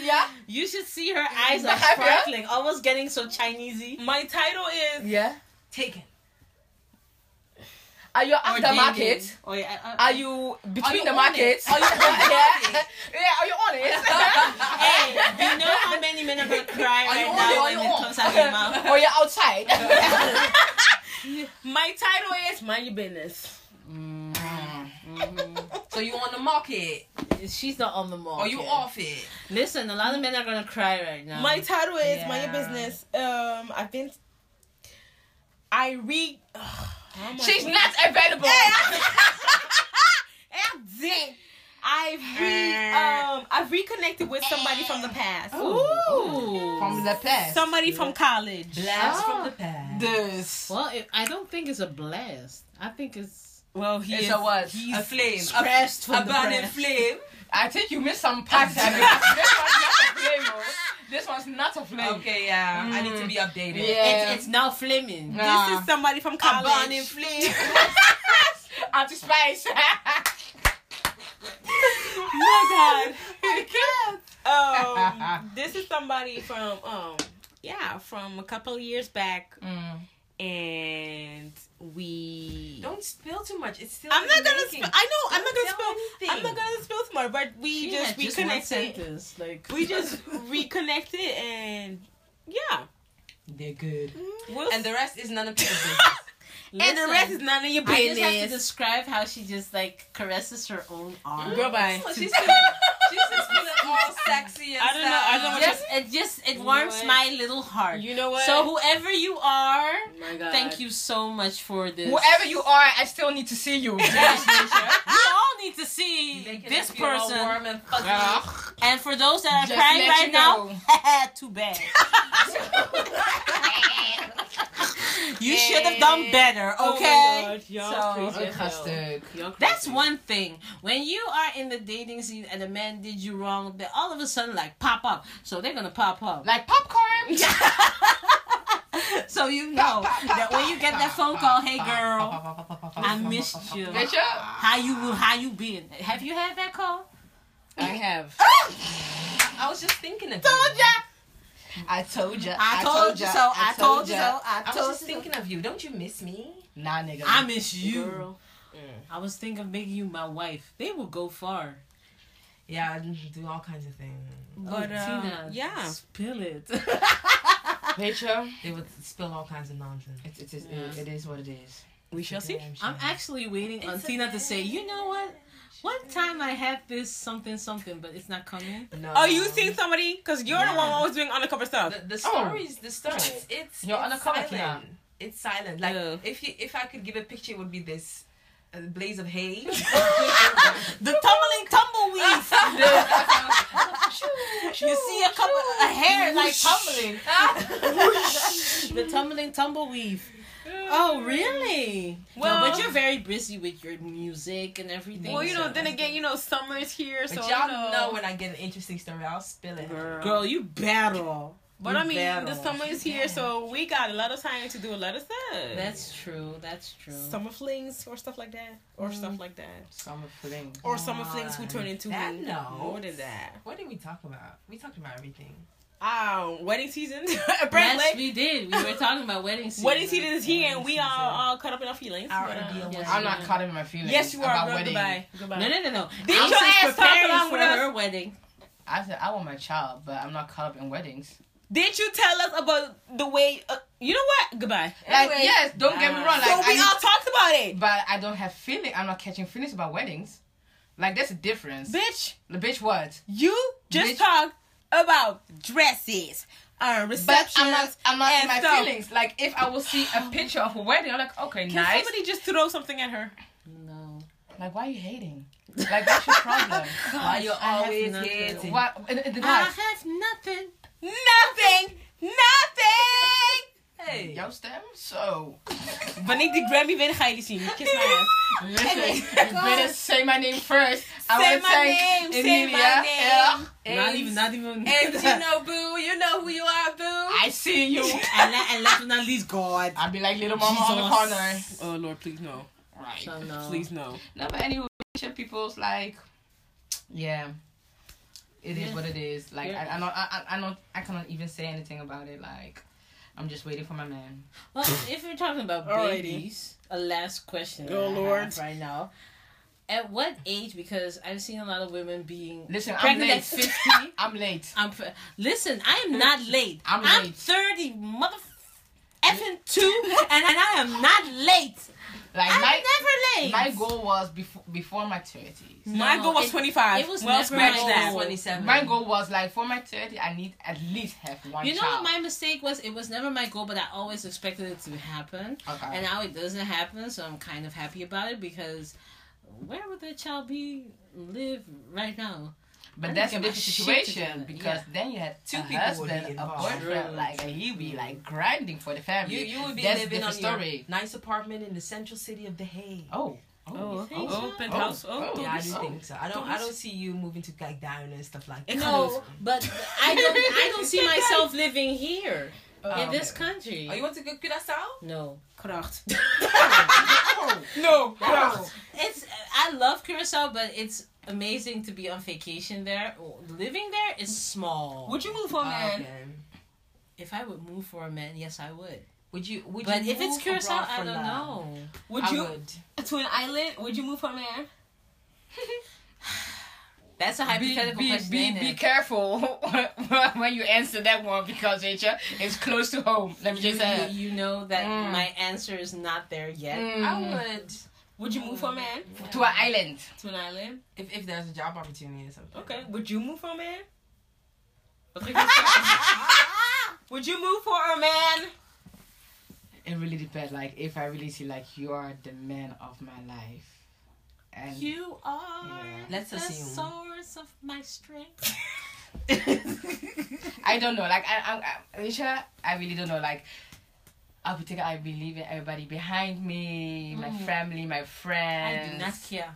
[SPEAKER 1] yeah.
[SPEAKER 2] You should see her eyes are
[SPEAKER 1] Behavior?
[SPEAKER 2] sparkling, almost getting so Chinesey.
[SPEAKER 4] My title is
[SPEAKER 1] Yeah.
[SPEAKER 3] Taken.
[SPEAKER 1] Are you aftermarket?
[SPEAKER 2] Oh yeah. I- I-
[SPEAKER 1] Are you between
[SPEAKER 3] Are you
[SPEAKER 1] the
[SPEAKER 3] on
[SPEAKER 1] markets?
[SPEAKER 3] it? Are you on
[SPEAKER 1] yeah.
[SPEAKER 3] it?
[SPEAKER 1] yeah. Are you on it?
[SPEAKER 2] Hey, you know how many men are gonna cry
[SPEAKER 1] Are
[SPEAKER 2] right
[SPEAKER 1] you on
[SPEAKER 2] now
[SPEAKER 1] it? Are
[SPEAKER 2] when
[SPEAKER 1] you
[SPEAKER 2] it
[SPEAKER 1] on?
[SPEAKER 2] comes out of your mouth?
[SPEAKER 1] or you're outside?
[SPEAKER 4] my title is mind your business.
[SPEAKER 3] So you on the market
[SPEAKER 2] She's not on the mall.
[SPEAKER 3] or you off it?
[SPEAKER 2] Listen, a lot of men are gonna cry right now.
[SPEAKER 4] My title is mind
[SPEAKER 1] Um,
[SPEAKER 4] your
[SPEAKER 1] Yeah.
[SPEAKER 4] business. Um, I've been. I read. Oh my
[SPEAKER 1] She's
[SPEAKER 4] God.
[SPEAKER 1] not available.
[SPEAKER 4] Exit. I've re- um I've reconnected with somebody from the past.
[SPEAKER 2] Ooh.
[SPEAKER 1] Oh. From the past.
[SPEAKER 4] Somebody from college.
[SPEAKER 1] Ah.
[SPEAKER 3] Blast from the past.
[SPEAKER 1] This.
[SPEAKER 2] well, it, I don't think it's a blast. I think it's
[SPEAKER 4] Well, he
[SPEAKER 1] It's
[SPEAKER 4] is
[SPEAKER 1] a what?
[SPEAKER 4] He's
[SPEAKER 3] a flame. A,
[SPEAKER 2] pressed from
[SPEAKER 3] a
[SPEAKER 2] the
[SPEAKER 3] burning
[SPEAKER 2] press.
[SPEAKER 3] flame.
[SPEAKER 1] I think you missed some parts. there, because this one's not a flame. oh. This one's not a flame. Mm.
[SPEAKER 3] Okay, yeah. I need to be updated.
[SPEAKER 1] Yeah.
[SPEAKER 2] It's, it's now flaming.
[SPEAKER 1] Nah.
[SPEAKER 4] This is somebody from
[SPEAKER 3] A
[SPEAKER 4] college.
[SPEAKER 3] burning flame.
[SPEAKER 1] Anti spice.
[SPEAKER 4] My God. Um, this is somebody from um yeah from a couple of years back,
[SPEAKER 1] Mm.
[SPEAKER 4] and we.
[SPEAKER 3] Don't spill too much. It's still.
[SPEAKER 4] I'm
[SPEAKER 3] in
[SPEAKER 4] not
[SPEAKER 3] the
[SPEAKER 4] gonna.
[SPEAKER 3] making.
[SPEAKER 4] Spill, I know. I'm not
[SPEAKER 3] Don't
[SPEAKER 4] gonna
[SPEAKER 3] tell
[SPEAKER 4] spill. I'm
[SPEAKER 3] anything.
[SPEAKER 4] not gonna spill tomorrow. But we
[SPEAKER 2] She
[SPEAKER 4] just
[SPEAKER 2] had just one
[SPEAKER 4] reconnected.
[SPEAKER 2] sentence, like
[SPEAKER 4] we just reconnected, and yeah.
[SPEAKER 3] They're good.
[SPEAKER 4] We'll
[SPEAKER 3] And the rest is none of your business.
[SPEAKER 4] and the
[SPEAKER 2] Listen,
[SPEAKER 4] rest is none of your
[SPEAKER 2] I just have to
[SPEAKER 4] business.
[SPEAKER 2] describe how she just like caresses her own arm.
[SPEAKER 4] Girl, bye.
[SPEAKER 3] Oh, she's, feeling, she's just feeling all sexy and
[SPEAKER 4] I don't know- I don't know what
[SPEAKER 3] stuff.
[SPEAKER 2] Just it just it warms
[SPEAKER 4] What?
[SPEAKER 2] my little heart.
[SPEAKER 4] You know what? Oh
[SPEAKER 2] So whoever you are,
[SPEAKER 4] my God.
[SPEAKER 2] thank you so much for this.
[SPEAKER 1] Whoever you are, I still need to see you.
[SPEAKER 2] we all need to see
[SPEAKER 3] Making
[SPEAKER 2] this
[SPEAKER 3] her feel all
[SPEAKER 2] person.
[SPEAKER 3] warm and fuzzy.
[SPEAKER 4] Ah,
[SPEAKER 2] And for those that are
[SPEAKER 1] Just
[SPEAKER 2] crying
[SPEAKER 1] let
[SPEAKER 2] right
[SPEAKER 1] you
[SPEAKER 2] now,
[SPEAKER 1] know.
[SPEAKER 2] too bad. you should have done better,
[SPEAKER 4] Oh my
[SPEAKER 2] okay?
[SPEAKER 4] God, y'all
[SPEAKER 2] So-
[SPEAKER 4] crazy as hell. Y'all crazy.
[SPEAKER 2] That's one thing. When you are in the dating scene and a man did you wrong, they all of a sudden like pop up. So they're gonna pop up.
[SPEAKER 1] Like popcorn.
[SPEAKER 2] so you know that when you get that phone call, hey girl, I missed you.
[SPEAKER 1] Bitch up.
[SPEAKER 2] How you how you been? Have you had that call?
[SPEAKER 1] I have.
[SPEAKER 3] I was just thinking of
[SPEAKER 2] Told
[SPEAKER 3] you.
[SPEAKER 2] ya.
[SPEAKER 1] I told you.
[SPEAKER 2] I told you so. I told you so. I
[SPEAKER 3] I was
[SPEAKER 2] told
[SPEAKER 3] just
[SPEAKER 2] you. so.
[SPEAKER 3] thinking of you. Don't you miss me?
[SPEAKER 1] Nah, nigga.
[SPEAKER 2] I miss you.
[SPEAKER 4] Girl.
[SPEAKER 2] I was thinking of making you my wife. They will go far.
[SPEAKER 3] Yeah, I do all kinds of things.
[SPEAKER 4] But, uh, yeah.
[SPEAKER 2] spill it.
[SPEAKER 1] Rachel.
[SPEAKER 3] They would spill all kinds of nonsense.
[SPEAKER 1] It, it, is,
[SPEAKER 2] Yeah.
[SPEAKER 1] it is what it is.
[SPEAKER 4] We shall see.
[SPEAKER 3] Damn shame.
[SPEAKER 2] I'm actually waiting on Tina to say, you know what? One time I had this something something, but it's not coming.
[SPEAKER 3] No.
[SPEAKER 4] Oh, you seen somebody? Because you're the one
[SPEAKER 3] Yeah.
[SPEAKER 4] always doing undercover stuff.
[SPEAKER 3] the, the stories? The stories. It's
[SPEAKER 1] You're
[SPEAKER 3] it's
[SPEAKER 1] undercover,
[SPEAKER 3] silent.
[SPEAKER 1] Tina.
[SPEAKER 3] It's silent. Like
[SPEAKER 4] Yeah.
[SPEAKER 3] if you if I could give a picture, it would be this uh, blaze of hay.
[SPEAKER 4] The tumbling tumbleweeds. you see a couple a hair like tumbling.
[SPEAKER 2] the tumbling tumbleweave. Oh, really? Well,
[SPEAKER 4] Well-
[SPEAKER 2] but you're very busy with your music and everything.
[SPEAKER 4] Well, you know,
[SPEAKER 2] so-
[SPEAKER 4] then again, you know, summer's here,
[SPEAKER 3] But
[SPEAKER 4] so
[SPEAKER 3] y'all
[SPEAKER 4] you
[SPEAKER 3] know.
[SPEAKER 4] know.
[SPEAKER 3] when I get an interesting story, I'll spill it.
[SPEAKER 2] girl, you battle.
[SPEAKER 4] But
[SPEAKER 2] You
[SPEAKER 4] I mean,
[SPEAKER 2] battle.
[SPEAKER 4] the summer is here, so we got a lot of time to do a lot of stuff.
[SPEAKER 2] That's true. That's true.
[SPEAKER 4] summer flings or stuff like that, or stuff like that,
[SPEAKER 1] Summer fling.
[SPEAKER 4] or summer flings who turn into
[SPEAKER 3] That
[SPEAKER 4] who-
[SPEAKER 3] note.
[SPEAKER 4] more than that.
[SPEAKER 3] What did we talk about? We talked about everything.
[SPEAKER 4] Um, wedding season, apparently.
[SPEAKER 2] Yes, we did. We were talking about wedding season.
[SPEAKER 4] wedding season is here, and we
[SPEAKER 3] Wedding
[SPEAKER 4] are
[SPEAKER 3] season.
[SPEAKER 4] all caught up in our feelings.
[SPEAKER 3] Our
[SPEAKER 4] But, uh,
[SPEAKER 3] ideal
[SPEAKER 2] yes.
[SPEAKER 3] wedding.
[SPEAKER 1] I'm not caught up in my feelings.
[SPEAKER 4] yes, you
[SPEAKER 1] about
[SPEAKER 4] are. Girl,
[SPEAKER 1] wedding.
[SPEAKER 4] goodbye. Goodbye.
[SPEAKER 2] No, no, no, no.
[SPEAKER 4] Did
[SPEAKER 2] I'm
[SPEAKER 4] your
[SPEAKER 2] just
[SPEAKER 4] ass talk
[SPEAKER 2] preparing
[SPEAKER 4] along
[SPEAKER 2] for
[SPEAKER 4] with us?
[SPEAKER 2] her wedding.
[SPEAKER 1] I said I want my child, but I'm not caught up in weddings.
[SPEAKER 4] Did you tell us about the way? Uh, you know what? Goodbye.
[SPEAKER 1] Like
[SPEAKER 3] Anyway,
[SPEAKER 1] yes, don't get me
[SPEAKER 2] uh,
[SPEAKER 1] wrong. Like
[SPEAKER 4] so we
[SPEAKER 1] I,
[SPEAKER 4] all talked about it,
[SPEAKER 1] but I don't have feeling. I'm not catching feelings about weddings. Like that's a difference.
[SPEAKER 4] bitch.
[SPEAKER 1] The bitch what?
[SPEAKER 4] You just
[SPEAKER 1] Bitch.
[SPEAKER 4] talked about dresses, uh,
[SPEAKER 1] But
[SPEAKER 4] receptions.
[SPEAKER 1] I'm not. I'm not in
[SPEAKER 4] and
[SPEAKER 1] my
[SPEAKER 4] stuff.
[SPEAKER 1] feelings. Like if I will see a picture of a wedding, I'm like, okay,
[SPEAKER 4] Can
[SPEAKER 1] nice.
[SPEAKER 4] somebody just throw something at her?
[SPEAKER 2] No.
[SPEAKER 1] Like why are you hating? Like that's your problem.
[SPEAKER 2] Why you
[SPEAKER 3] I have
[SPEAKER 2] always
[SPEAKER 3] nothing.
[SPEAKER 2] hating?
[SPEAKER 1] Why? And, and the
[SPEAKER 2] I
[SPEAKER 1] guys,
[SPEAKER 2] have nothing.
[SPEAKER 4] Nothing. Nothing.
[SPEAKER 3] Hey.
[SPEAKER 1] yo, stem. So
[SPEAKER 4] Wanneer ik die Grammy win, ga je die zien. Kiss my ass.
[SPEAKER 1] listen, you better say my name first. I
[SPEAKER 4] Say
[SPEAKER 1] wanna
[SPEAKER 4] my
[SPEAKER 1] thank
[SPEAKER 4] name, say my
[SPEAKER 1] Emilia.
[SPEAKER 4] name.
[SPEAKER 1] Yeah.
[SPEAKER 2] Not
[SPEAKER 3] Hey.
[SPEAKER 2] even, not even.
[SPEAKER 3] And you know, boo, you know who you are, boo.
[SPEAKER 1] I see you.
[SPEAKER 2] and, la- and last but not least, God.
[SPEAKER 1] I'll be like little mama on the
[SPEAKER 2] Jesus.
[SPEAKER 1] corner.
[SPEAKER 4] Oh Lord, please no.
[SPEAKER 1] Right.
[SPEAKER 2] So no.
[SPEAKER 4] Please no.
[SPEAKER 1] No, but anyway, shit people's like, yeah, it is
[SPEAKER 2] Yeah.
[SPEAKER 1] what it is. Like
[SPEAKER 2] Yeah.
[SPEAKER 1] I, I not, I, I not, I cannot even say anything about it. Like I'm just waiting for my man.
[SPEAKER 2] Well, if you're talking about
[SPEAKER 4] Alrighty.
[SPEAKER 2] babies, a last question. that
[SPEAKER 4] Oh,
[SPEAKER 2] I have
[SPEAKER 4] Lord.
[SPEAKER 2] Right now. At what age? Because I've seen a lot of women being.
[SPEAKER 1] Listen,
[SPEAKER 2] Pregnant
[SPEAKER 1] I'm
[SPEAKER 2] at
[SPEAKER 1] late.
[SPEAKER 2] 50.
[SPEAKER 1] I'm late.
[SPEAKER 2] I'm pre- Listen, I am not late.
[SPEAKER 1] I'm late.
[SPEAKER 2] 30, mother effing two, and, and I am not late.
[SPEAKER 1] Like
[SPEAKER 2] I'm
[SPEAKER 1] my
[SPEAKER 2] never late.
[SPEAKER 1] my goal was before before my thirties.
[SPEAKER 4] My
[SPEAKER 2] No,
[SPEAKER 4] goal was
[SPEAKER 2] it-
[SPEAKER 4] 25.
[SPEAKER 2] it was
[SPEAKER 4] well,
[SPEAKER 2] never
[SPEAKER 4] scratch
[SPEAKER 2] my
[SPEAKER 4] that.
[SPEAKER 2] goal.
[SPEAKER 3] Twenty-seven.
[SPEAKER 1] My goal was like for my thirty, I need at least have one
[SPEAKER 2] You know
[SPEAKER 1] child.
[SPEAKER 2] what my mistake was? It was never my goal, but I always expected it to happen.
[SPEAKER 1] okay.
[SPEAKER 2] And now it doesn't happen, so I'm kind of happy about it because where would that child be live right now? I
[SPEAKER 1] but
[SPEAKER 2] need
[SPEAKER 1] that's
[SPEAKER 2] to
[SPEAKER 1] a
[SPEAKER 2] get my
[SPEAKER 1] different
[SPEAKER 2] shit
[SPEAKER 1] situation
[SPEAKER 2] together,
[SPEAKER 1] because
[SPEAKER 2] yeah.
[SPEAKER 1] then you had
[SPEAKER 3] Two
[SPEAKER 1] two a
[SPEAKER 3] people would be
[SPEAKER 1] husband, a
[SPEAKER 3] involved.
[SPEAKER 1] boyfriend,
[SPEAKER 2] True.
[SPEAKER 1] like and he'd be like grinding for the family.
[SPEAKER 3] You you would be
[SPEAKER 1] that's
[SPEAKER 3] living on
[SPEAKER 1] different
[SPEAKER 3] your
[SPEAKER 1] story.
[SPEAKER 3] nice apartment in the central city of the Hague.
[SPEAKER 1] Oh, oh,
[SPEAKER 4] Oh,
[SPEAKER 2] think
[SPEAKER 4] oh,
[SPEAKER 2] so?
[SPEAKER 4] penthouse. Oh,
[SPEAKER 1] Oh,
[SPEAKER 4] oh,
[SPEAKER 3] Yeah, I do
[SPEAKER 4] oh.
[SPEAKER 3] think so. I don't.
[SPEAKER 4] Don't
[SPEAKER 3] I
[SPEAKER 4] we-
[SPEAKER 3] don't see you moving to like Down and stuff like that.
[SPEAKER 2] No, but I don't. I don't see myself living here
[SPEAKER 3] Oh,
[SPEAKER 2] in this
[SPEAKER 3] okay.
[SPEAKER 2] country.
[SPEAKER 3] Oh, you want to go Curaçao?
[SPEAKER 2] no,
[SPEAKER 4] No.
[SPEAKER 2] it's. I love Curacao, but it's amazing to be on vacation there. Living there is small.
[SPEAKER 4] Would you move on, man?
[SPEAKER 3] Okay.
[SPEAKER 2] if I would move for a man, yes, I would.
[SPEAKER 3] Would you? Would
[SPEAKER 2] But
[SPEAKER 3] you
[SPEAKER 2] if it's
[SPEAKER 3] move abroad
[SPEAKER 2] Curacao, I
[SPEAKER 3] for
[SPEAKER 2] don't
[SPEAKER 3] love?
[SPEAKER 2] know.
[SPEAKER 4] Would
[SPEAKER 3] I
[SPEAKER 4] you
[SPEAKER 3] would.
[SPEAKER 4] to an island? Would you move on, man?
[SPEAKER 2] That's a
[SPEAKER 1] Be,
[SPEAKER 2] hypothetical
[SPEAKER 1] be,
[SPEAKER 2] question.
[SPEAKER 1] be,
[SPEAKER 2] ain't
[SPEAKER 1] be
[SPEAKER 2] it?
[SPEAKER 1] careful when you answer that one because Rachel is close to home. Let me
[SPEAKER 2] you,
[SPEAKER 1] just say.
[SPEAKER 2] you, you know that
[SPEAKER 1] Mm.
[SPEAKER 2] my answer is not there yet.
[SPEAKER 3] I
[SPEAKER 1] Mm.
[SPEAKER 3] would.
[SPEAKER 4] Would you move on, man?
[SPEAKER 1] To an island.
[SPEAKER 4] To an island?
[SPEAKER 3] If, if there's a job opportunity or something.
[SPEAKER 4] Okay. Would you move on, man? Would you move for a man?
[SPEAKER 1] It really depends. Like if I really see like you are the man of my life, and
[SPEAKER 2] You are
[SPEAKER 1] Yeah.
[SPEAKER 3] Let's
[SPEAKER 2] the
[SPEAKER 3] assume.
[SPEAKER 2] source of my strength.
[SPEAKER 1] I don't know. Like I, I, I, Rachel, I really don't know. Like I'll be taking. I be leaving everybody behind me, my
[SPEAKER 2] Mm.
[SPEAKER 1] family, my
[SPEAKER 2] I
[SPEAKER 1] friends.
[SPEAKER 2] do not care.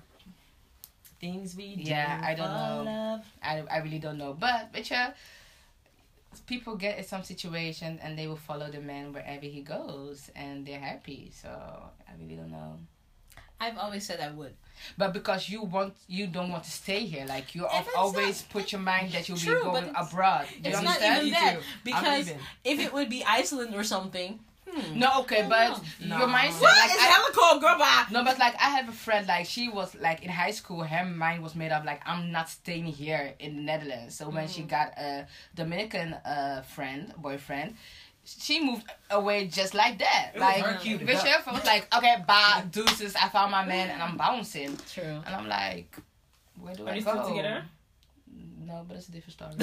[SPEAKER 3] Things we do.
[SPEAKER 1] Yeah, I don't
[SPEAKER 2] for
[SPEAKER 1] know.
[SPEAKER 2] love.
[SPEAKER 1] I, I really don't know. But Richard, people get in some situations and they will follow the man wherever he goes and they're happy. So I really don't know.
[SPEAKER 2] I've always said I would.
[SPEAKER 5] But because you want, you don't want to stay here. Like you have
[SPEAKER 2] it's
[SPEAKER 5] always put your mind that you'll
[SPEAKER 2] True,
[SPEAKER 5] be
[SPEAKER 2] but
[SPEAKER 5] going
[SPEAKER 2] it's-
[SPEAKER 5] abroad. Do you
[SPEAKER 2] it's not
[SPEAKER 5] understand?
[SPEAKER 2] even that
[SPEAKER 5] I'm
[SPEAKER 2] because
[SPEAKER 5] leaving.
[SPEAKER 2] if it would be Iceland or something,
[SPEAKER 5] No, okay,
[SPEAKER 2] No,
[SPEAKER 5] but
[SPEAKER 3] no.
[SPEAKER 5] your
[SPEAKER 3] No.
[SPEAKER 5] mindset.
[SPEAKER 4] What
[SPEAKER 5] like,
[SPEAKER 4] is
[SPEAKER 5] I-
[SPEAKER 4] hella cold, girl? Bye.
[SPEAKER 5] No, but like I have a friend, like she was like in high school, her mind was made up like I'm not staying here in the Netherlands. So when she got a Dominican uh friend, boyfriend, she moved away just like that.
[SPEAKER 3] It was
[SPEAKER 5] like
[SPEAKER 2] Oh.
[SPEAKER 3] her cute,
[SPEAKER 5] Bishop was like, Okay, bye, deuces, I found my man and I'm bouncing.
[SPEAKER 2] true.
[SPEAKER 5] And I'm like, Where do
[SPEAKER 4] Are
[SPEAKER 5] I
[SPEAKER 4] you
[SPEAKER 5] go?
[SPEAKER 4] still together?
[SPEAKER 5] No, but it's a different story.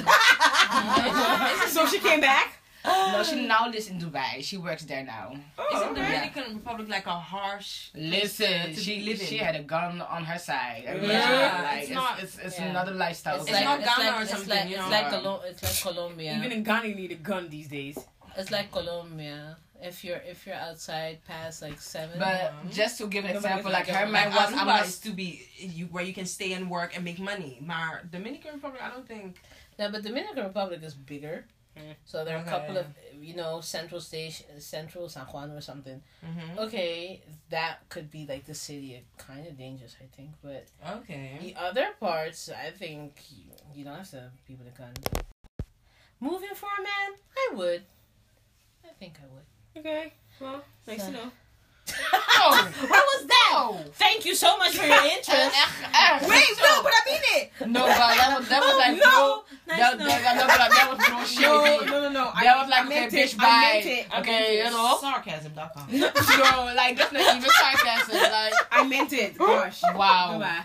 [SPEAKER 4] so she came back.
[SPEAKER 5] no, she now lives in Dubai. She works there now.
[SPEAKER 3] Isn't
[SPEAKER 4] Oh,
[SPEAKER 3] the
[SPEAKER 4] okay.
[SPEAKER 3] Dominican Republic like a harsh?
[SPEAKER 5] Listen,
[SPEAKER 3] To
[SPEAKER 5] she
[SPEAKER 3] be living.
[SPEAKER 5] she had a gun on her side. I mean,
[SPEAKER 3] Yeah.
[SPEAKER 5] like,
[SPEAKER 3] It's
[SPEAKER 5] it's
[SPEAKER 3] uh, not-
[SPEAKER 5] it's, it's
[SPEAKER 2] yeah.
[SPEAKER 5] another lifestyle.
[SPEAKER 3] It's like- not Ghana or
[SPEAKER 2] it's
[SPEAKER 3] something,
[SPEAKER 2] Like,
[SPEAKER 3] you
[SPEAKER 2] it's
[SPEAKER 3] know.
[SPEAKER 2] like Colo- it's like Colombia.
[SPEAKER 4] Even in Ghana, you need a gun these days.
[SPEAKER 2] it's like Colombia. If you're if you're outside past like seven,
[SPEAKER 5] But
[SPEAKER 3] Mhm.
[SPEAKER 5] just to give an
[SPEAKER 4] Nobody's
[SPEAKER 5] example, like
[SPEAKER 4] like
[SPEAKER 5] her
[SPEAKER 4] that.
[SPEAKER 5] man was, I'm
[SPEAKER 3] Aruba
[SPEAKER 5] not.
[SPEAKER 3] is to be you, where you can stay and work and make money. My Dominican Republic, I don't think.
[SPEAKER 2] now but Dominican Republic is bigger.
[SPEAKER 4] Mm.
[SPEAKER 2] So there are
[SPEAKER 3] Okay,
[SPEAKER 2] a couple of you know Central Station, Central San Juan or something.
[SPEAKER 3] Mm-hmm.
[SPEAKER 2] Okay, that could be like the city. Kind of dangerous, I think. But
[SPEAKER 3] Okay.
[SPEAKER 2] the other parts, I think you, you don't have to be with a gun. Moving for a man, I would. I think I would.
[SPEAKER 4] Okay. Well, nice to know.
[SPEAKER 5] Oh,
[SPEAKER 2] What was that?
[SPEAKER 5] oh.
[SPEAKER 2] Thank you so much for your interest.
[SPEAKER 4] Wait, no, but I mean it.
[SPEAKER 5] Ah, no, but that was that was
[SPEAKER 4] Oh,
[SPEAKER 5] like
[SPEAKER 4] no.
[SPEAKER 5] no, that,
[SPEAKER 4] to know.
[SPEAKER 5] that, no, but that was no shady.
[SPEAKER 4] no, no, no.
[SPEAKER 5] That was like
[SPEAKER 4] I
[SPEAKER 5] okay,
[SPEAKER 4] meant it.
[SPEAKER 5] bitch,
[SPEAKER 4] I
[SPEAKER 5] bye.
[SPEAKER 4] meant it. I
[SPEAKER 5] Okay, you
[SPEAKER 4] meant it.
[SPEAKER 5] know,
[SPEAKER 3] Sarcasm.com.
[SPEAKER 5] no, like that's not even sarcasm. Like
[SPEAKER 4] I meant it. Gosh.
[SPEAKER 5] wow,
[SPEAKER 4] Bye-bye.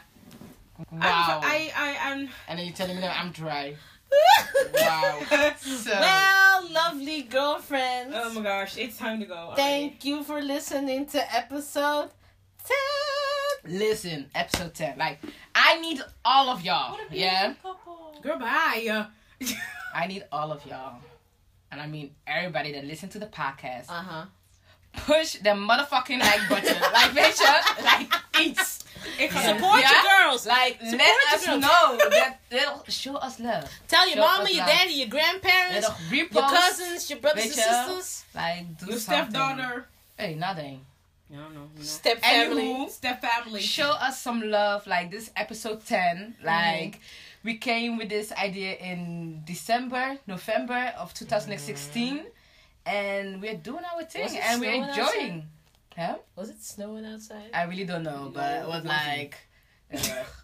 [SPEAKER 5] wow.
[SPEAKER 4] I'm, I, I, I'm.
[SPEAKER 5] and then you're telling me that I'm dry. Wow. So
[SPEAKER 2] Well, lovely girlfriends.
[SPEAKER 4] Oh my gosh, it's time to go. already.
[SPEAKER 2] Thank you for listening to episode 10.
[SPEAKER 5] listen, episode ten. Like I need all of y'all. Yeah,
[SPEAKER 4] Goodbye.
[SPEAKER 5] I need all of y'all, and I mean everybody that listen to the podcast.
[SPEAKER 2] Uh huh.
[SPEAKER 5] push the motherfucking like button. like, make sure, like, eats.
[SPEAKER 2] Support
[SPEAKER 5] Yeah?
[SPEAKER 2] your girls.
[SPEAKER 5] Like, let us
[SPEAKER 2] girls.
[SPEAKER 5] know that they'll show us love.
[SPEAKER 2] Tell your
[SPEAKER 5] Show
[SPEAKER 2] mama,
[SPEAKER 5] us
[SPEAKER 2] your
[SPEAKER 5] love.
[SPEAKER 2] daddy, your grandparents,
[SPEAKER 5] Let us repost.
[SPEAKER 2] your cousins, your brothers and
[SPEAKER 5] Rachel.
[SPEAKER 2] sisters,
[SPEAKER 1] Oh,
[SPEAKER 5] Like, do
[SPEAKER 4] Your
[SPEAKER 5] something.
[SPEAKER 4] stepdaughter.
[SPEAKER 5] Hey, nothing.
[SPEAKER 4] I don't know. you know.
[SPEAKER 2] step family.
[SPEAKER 5] Anywho,
[SPEAKER 4] Step family.
[SPEAKER 5] show us some love. Like, this episode 10. Like, we came with this idea in December, November of 2016. And we're doing our thing.
[SPEAKER 2] Was it
[SPEAKER 5] And we're
[SPEAKER 2] snowing
[SPEAKER 5] enjoying. Huh?
[SPEAKER 2] Was it snowing outside?
[SPEAKER 5] I really don't know. But it was like... uh,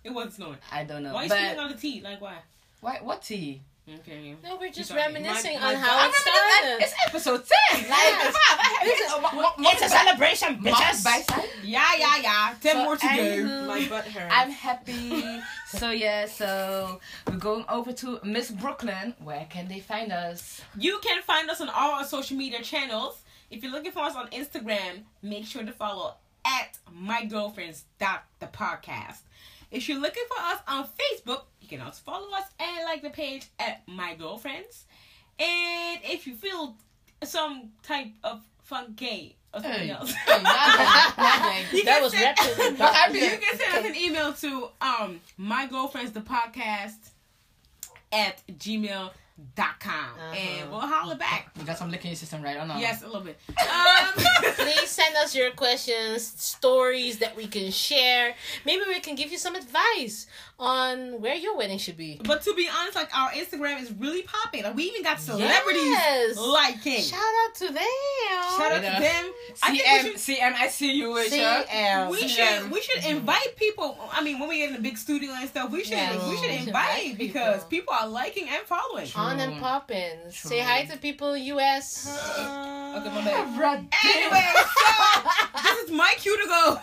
[SPEAKER 4] It wasn't snowing.
[SPEAKER 5] I don't know.
[SPEAKER 4] Why you spilling
[SPEAKER 5] but
[SPEAKER 4] all the tea? Like why?
[SPEAKER 5] why, what tea?
[SPEAKER 4] Okay.
[SPEAKER 2] No, we're just
[SPEAKER 4] Sorry.
[SPEAKER 2] reminiscing
[SPEAKER 4] My- my
[SPEAKER 2] on how it
[SPEAKER 5] I remember that-
[SPEAKER 2] started.
[SPEAKER 5] It's episode 10. Like,
[SPEAKER 2] Yes.
[SPEAKER 5] wow, I had-
[SPEAKER 2] This is-
[SPEAKER 5] oh, mo- mo-
[SPEAKER 4] It's a celebration,
[SPEAKER 5] mo- by
[SPEAKER 4] bitches.
[SPEAKER 5] side.
[SPEAKER 4] Yeah, yeah, yeah. Ten
[SPEAKER 5] So,
[SPEAKER 4] more to
[SPEAKER 5] anywho,
[SPEAKER 4] go.
[SPEAKER 3] My butt hurts.
[SPEAKER 5] I'm happy. so, yeah, so we're going over to Miss Brooklyn. Where can they find us?
[SPEAKER 4] You can find us on all our social media channels. If you're looking for us on Instagram, make sure to follow at my girlfriends dot the podcast. If you're looking for us on Facebook, you can also follow us and like the page at my girlfriends. And if you feel some type of fun gay or something
[SPEAKER 5] Hey.
[SPEAKER 4] else.
[SPEAKER 5] Hey, nothing, nothing.
[SPEAKER 4] You
[SPEAKER 2] That
[SPEAKER 4] can
[SPEAKER 2] was
[SPEAKER 4] send-
[SPEAKER 2] rapid.
[SPEAKER 5] But I mean-
[SPEAKER 4] you can send us an email to um my girlfriends the podcast at gmail.com and we'll holler back.
[SPEAKER 5] You got some liquor in your system, right? Or no?
[SPEAKER 4] Yes, a little bit. Um,
[SPEAKER 2] Please send us your questions, stories that we can share. Maybe we can give you some advice on where your wedding should be.
[SPEAKER 4] but to be honest, like our Instagram is really popping. Like we even got celebrities
[SPEAKER 2] Yes.
[SPEAKER 4] liking.
[SPEAKER 2] Shout out to them.
[SPEAKER 4] Shout out
[SPEAKER 5] Yeah.
[SPEAKER 4] to them. I think we
[SPEAKER 5] CM,
[SPEAKER 4] should
[SPEAKER 5] CM, I see you, Asia.
[SPEAKER 2] CL.
[SPEAKER 4] we should we should invite people. I mean, when we get in the big studio and stuff, we should
[SPEAKER 2] Yes.
[SPEAKER 4] we should
[SPEAKER 2] Invite
[SPEAKER 4] invite because
[SPEAKER 2] people.
[SPEAKER 4] people are liking and following.
[SPEAKER 2] On and popping. Say hi to people US.
[SPEAKER 4] Okay, my bad.
[SPEAKER 5] Brother.
[SPEAKER 4] Anyway, so this is my cue to go.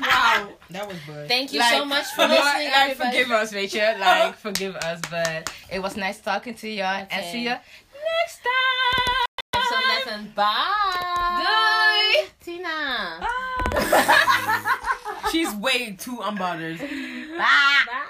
[SPEAKER 4] wow.
[SPEAKER 3] that was good.
[SPEAKER 2] Thank you so
[SPEAKER 5] Like,
[SPEAKER 2] much for
[SPEAKER 5] Lord,
[SPEAKER 2] listening.
[SPEAKER 5] like,
[SPEAKER 2] everybody.
[SPEAKER 5] forgive us, Rachel. Like, forgive us, but it was nice talking to y'all, and
[SPEAKER 2] Okay.
[SPEAKER 5] see you next time.
[SPEAKER 2] So listen, bye.
[SPEAKER 5] Bye.
[SPEAKER 2] Tina.
[SPEAKER 4] She's way too unbothered. Ah.
[SPEAKER 2] Bye.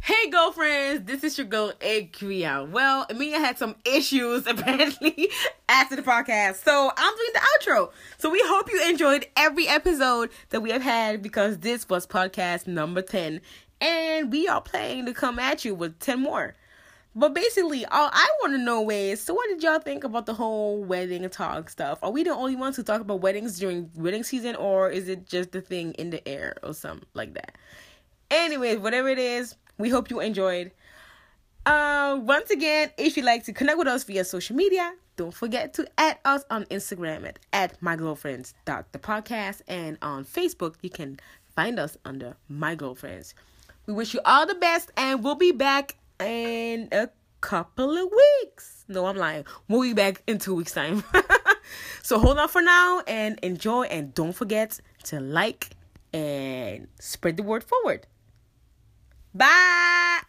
[SPEAKER 4] Hey, girlfriends, this is your girl, Akria. Well, Amelia had some issues apparently after the podcast, so I'm doing the outro. So we hope you enjoyed every episode that we have had because this was podcast number 10, and we are planning to come at you with 10 more. But basically, all I want to know is so what did y'all think about the whole wedding talk stuff? Are we the only ones who talk about weddings during wedding season, or is it just the thing in the air or something like that? Anyways, whatever it is, we hope you enjoyed. Uh, once again, if you'd like to connect with us via social media, don't forget to add us on Instagram at, at mygirlfriends.thepodcast and on Facebook, you can find us under My Girlfriends. We wish you all the best and we'll be back in a couple of weeks. No, I'm lying. We'll be back in two weeks' time. so hold on for now and enjoy and don't forget to like and spread the word forward. Bye!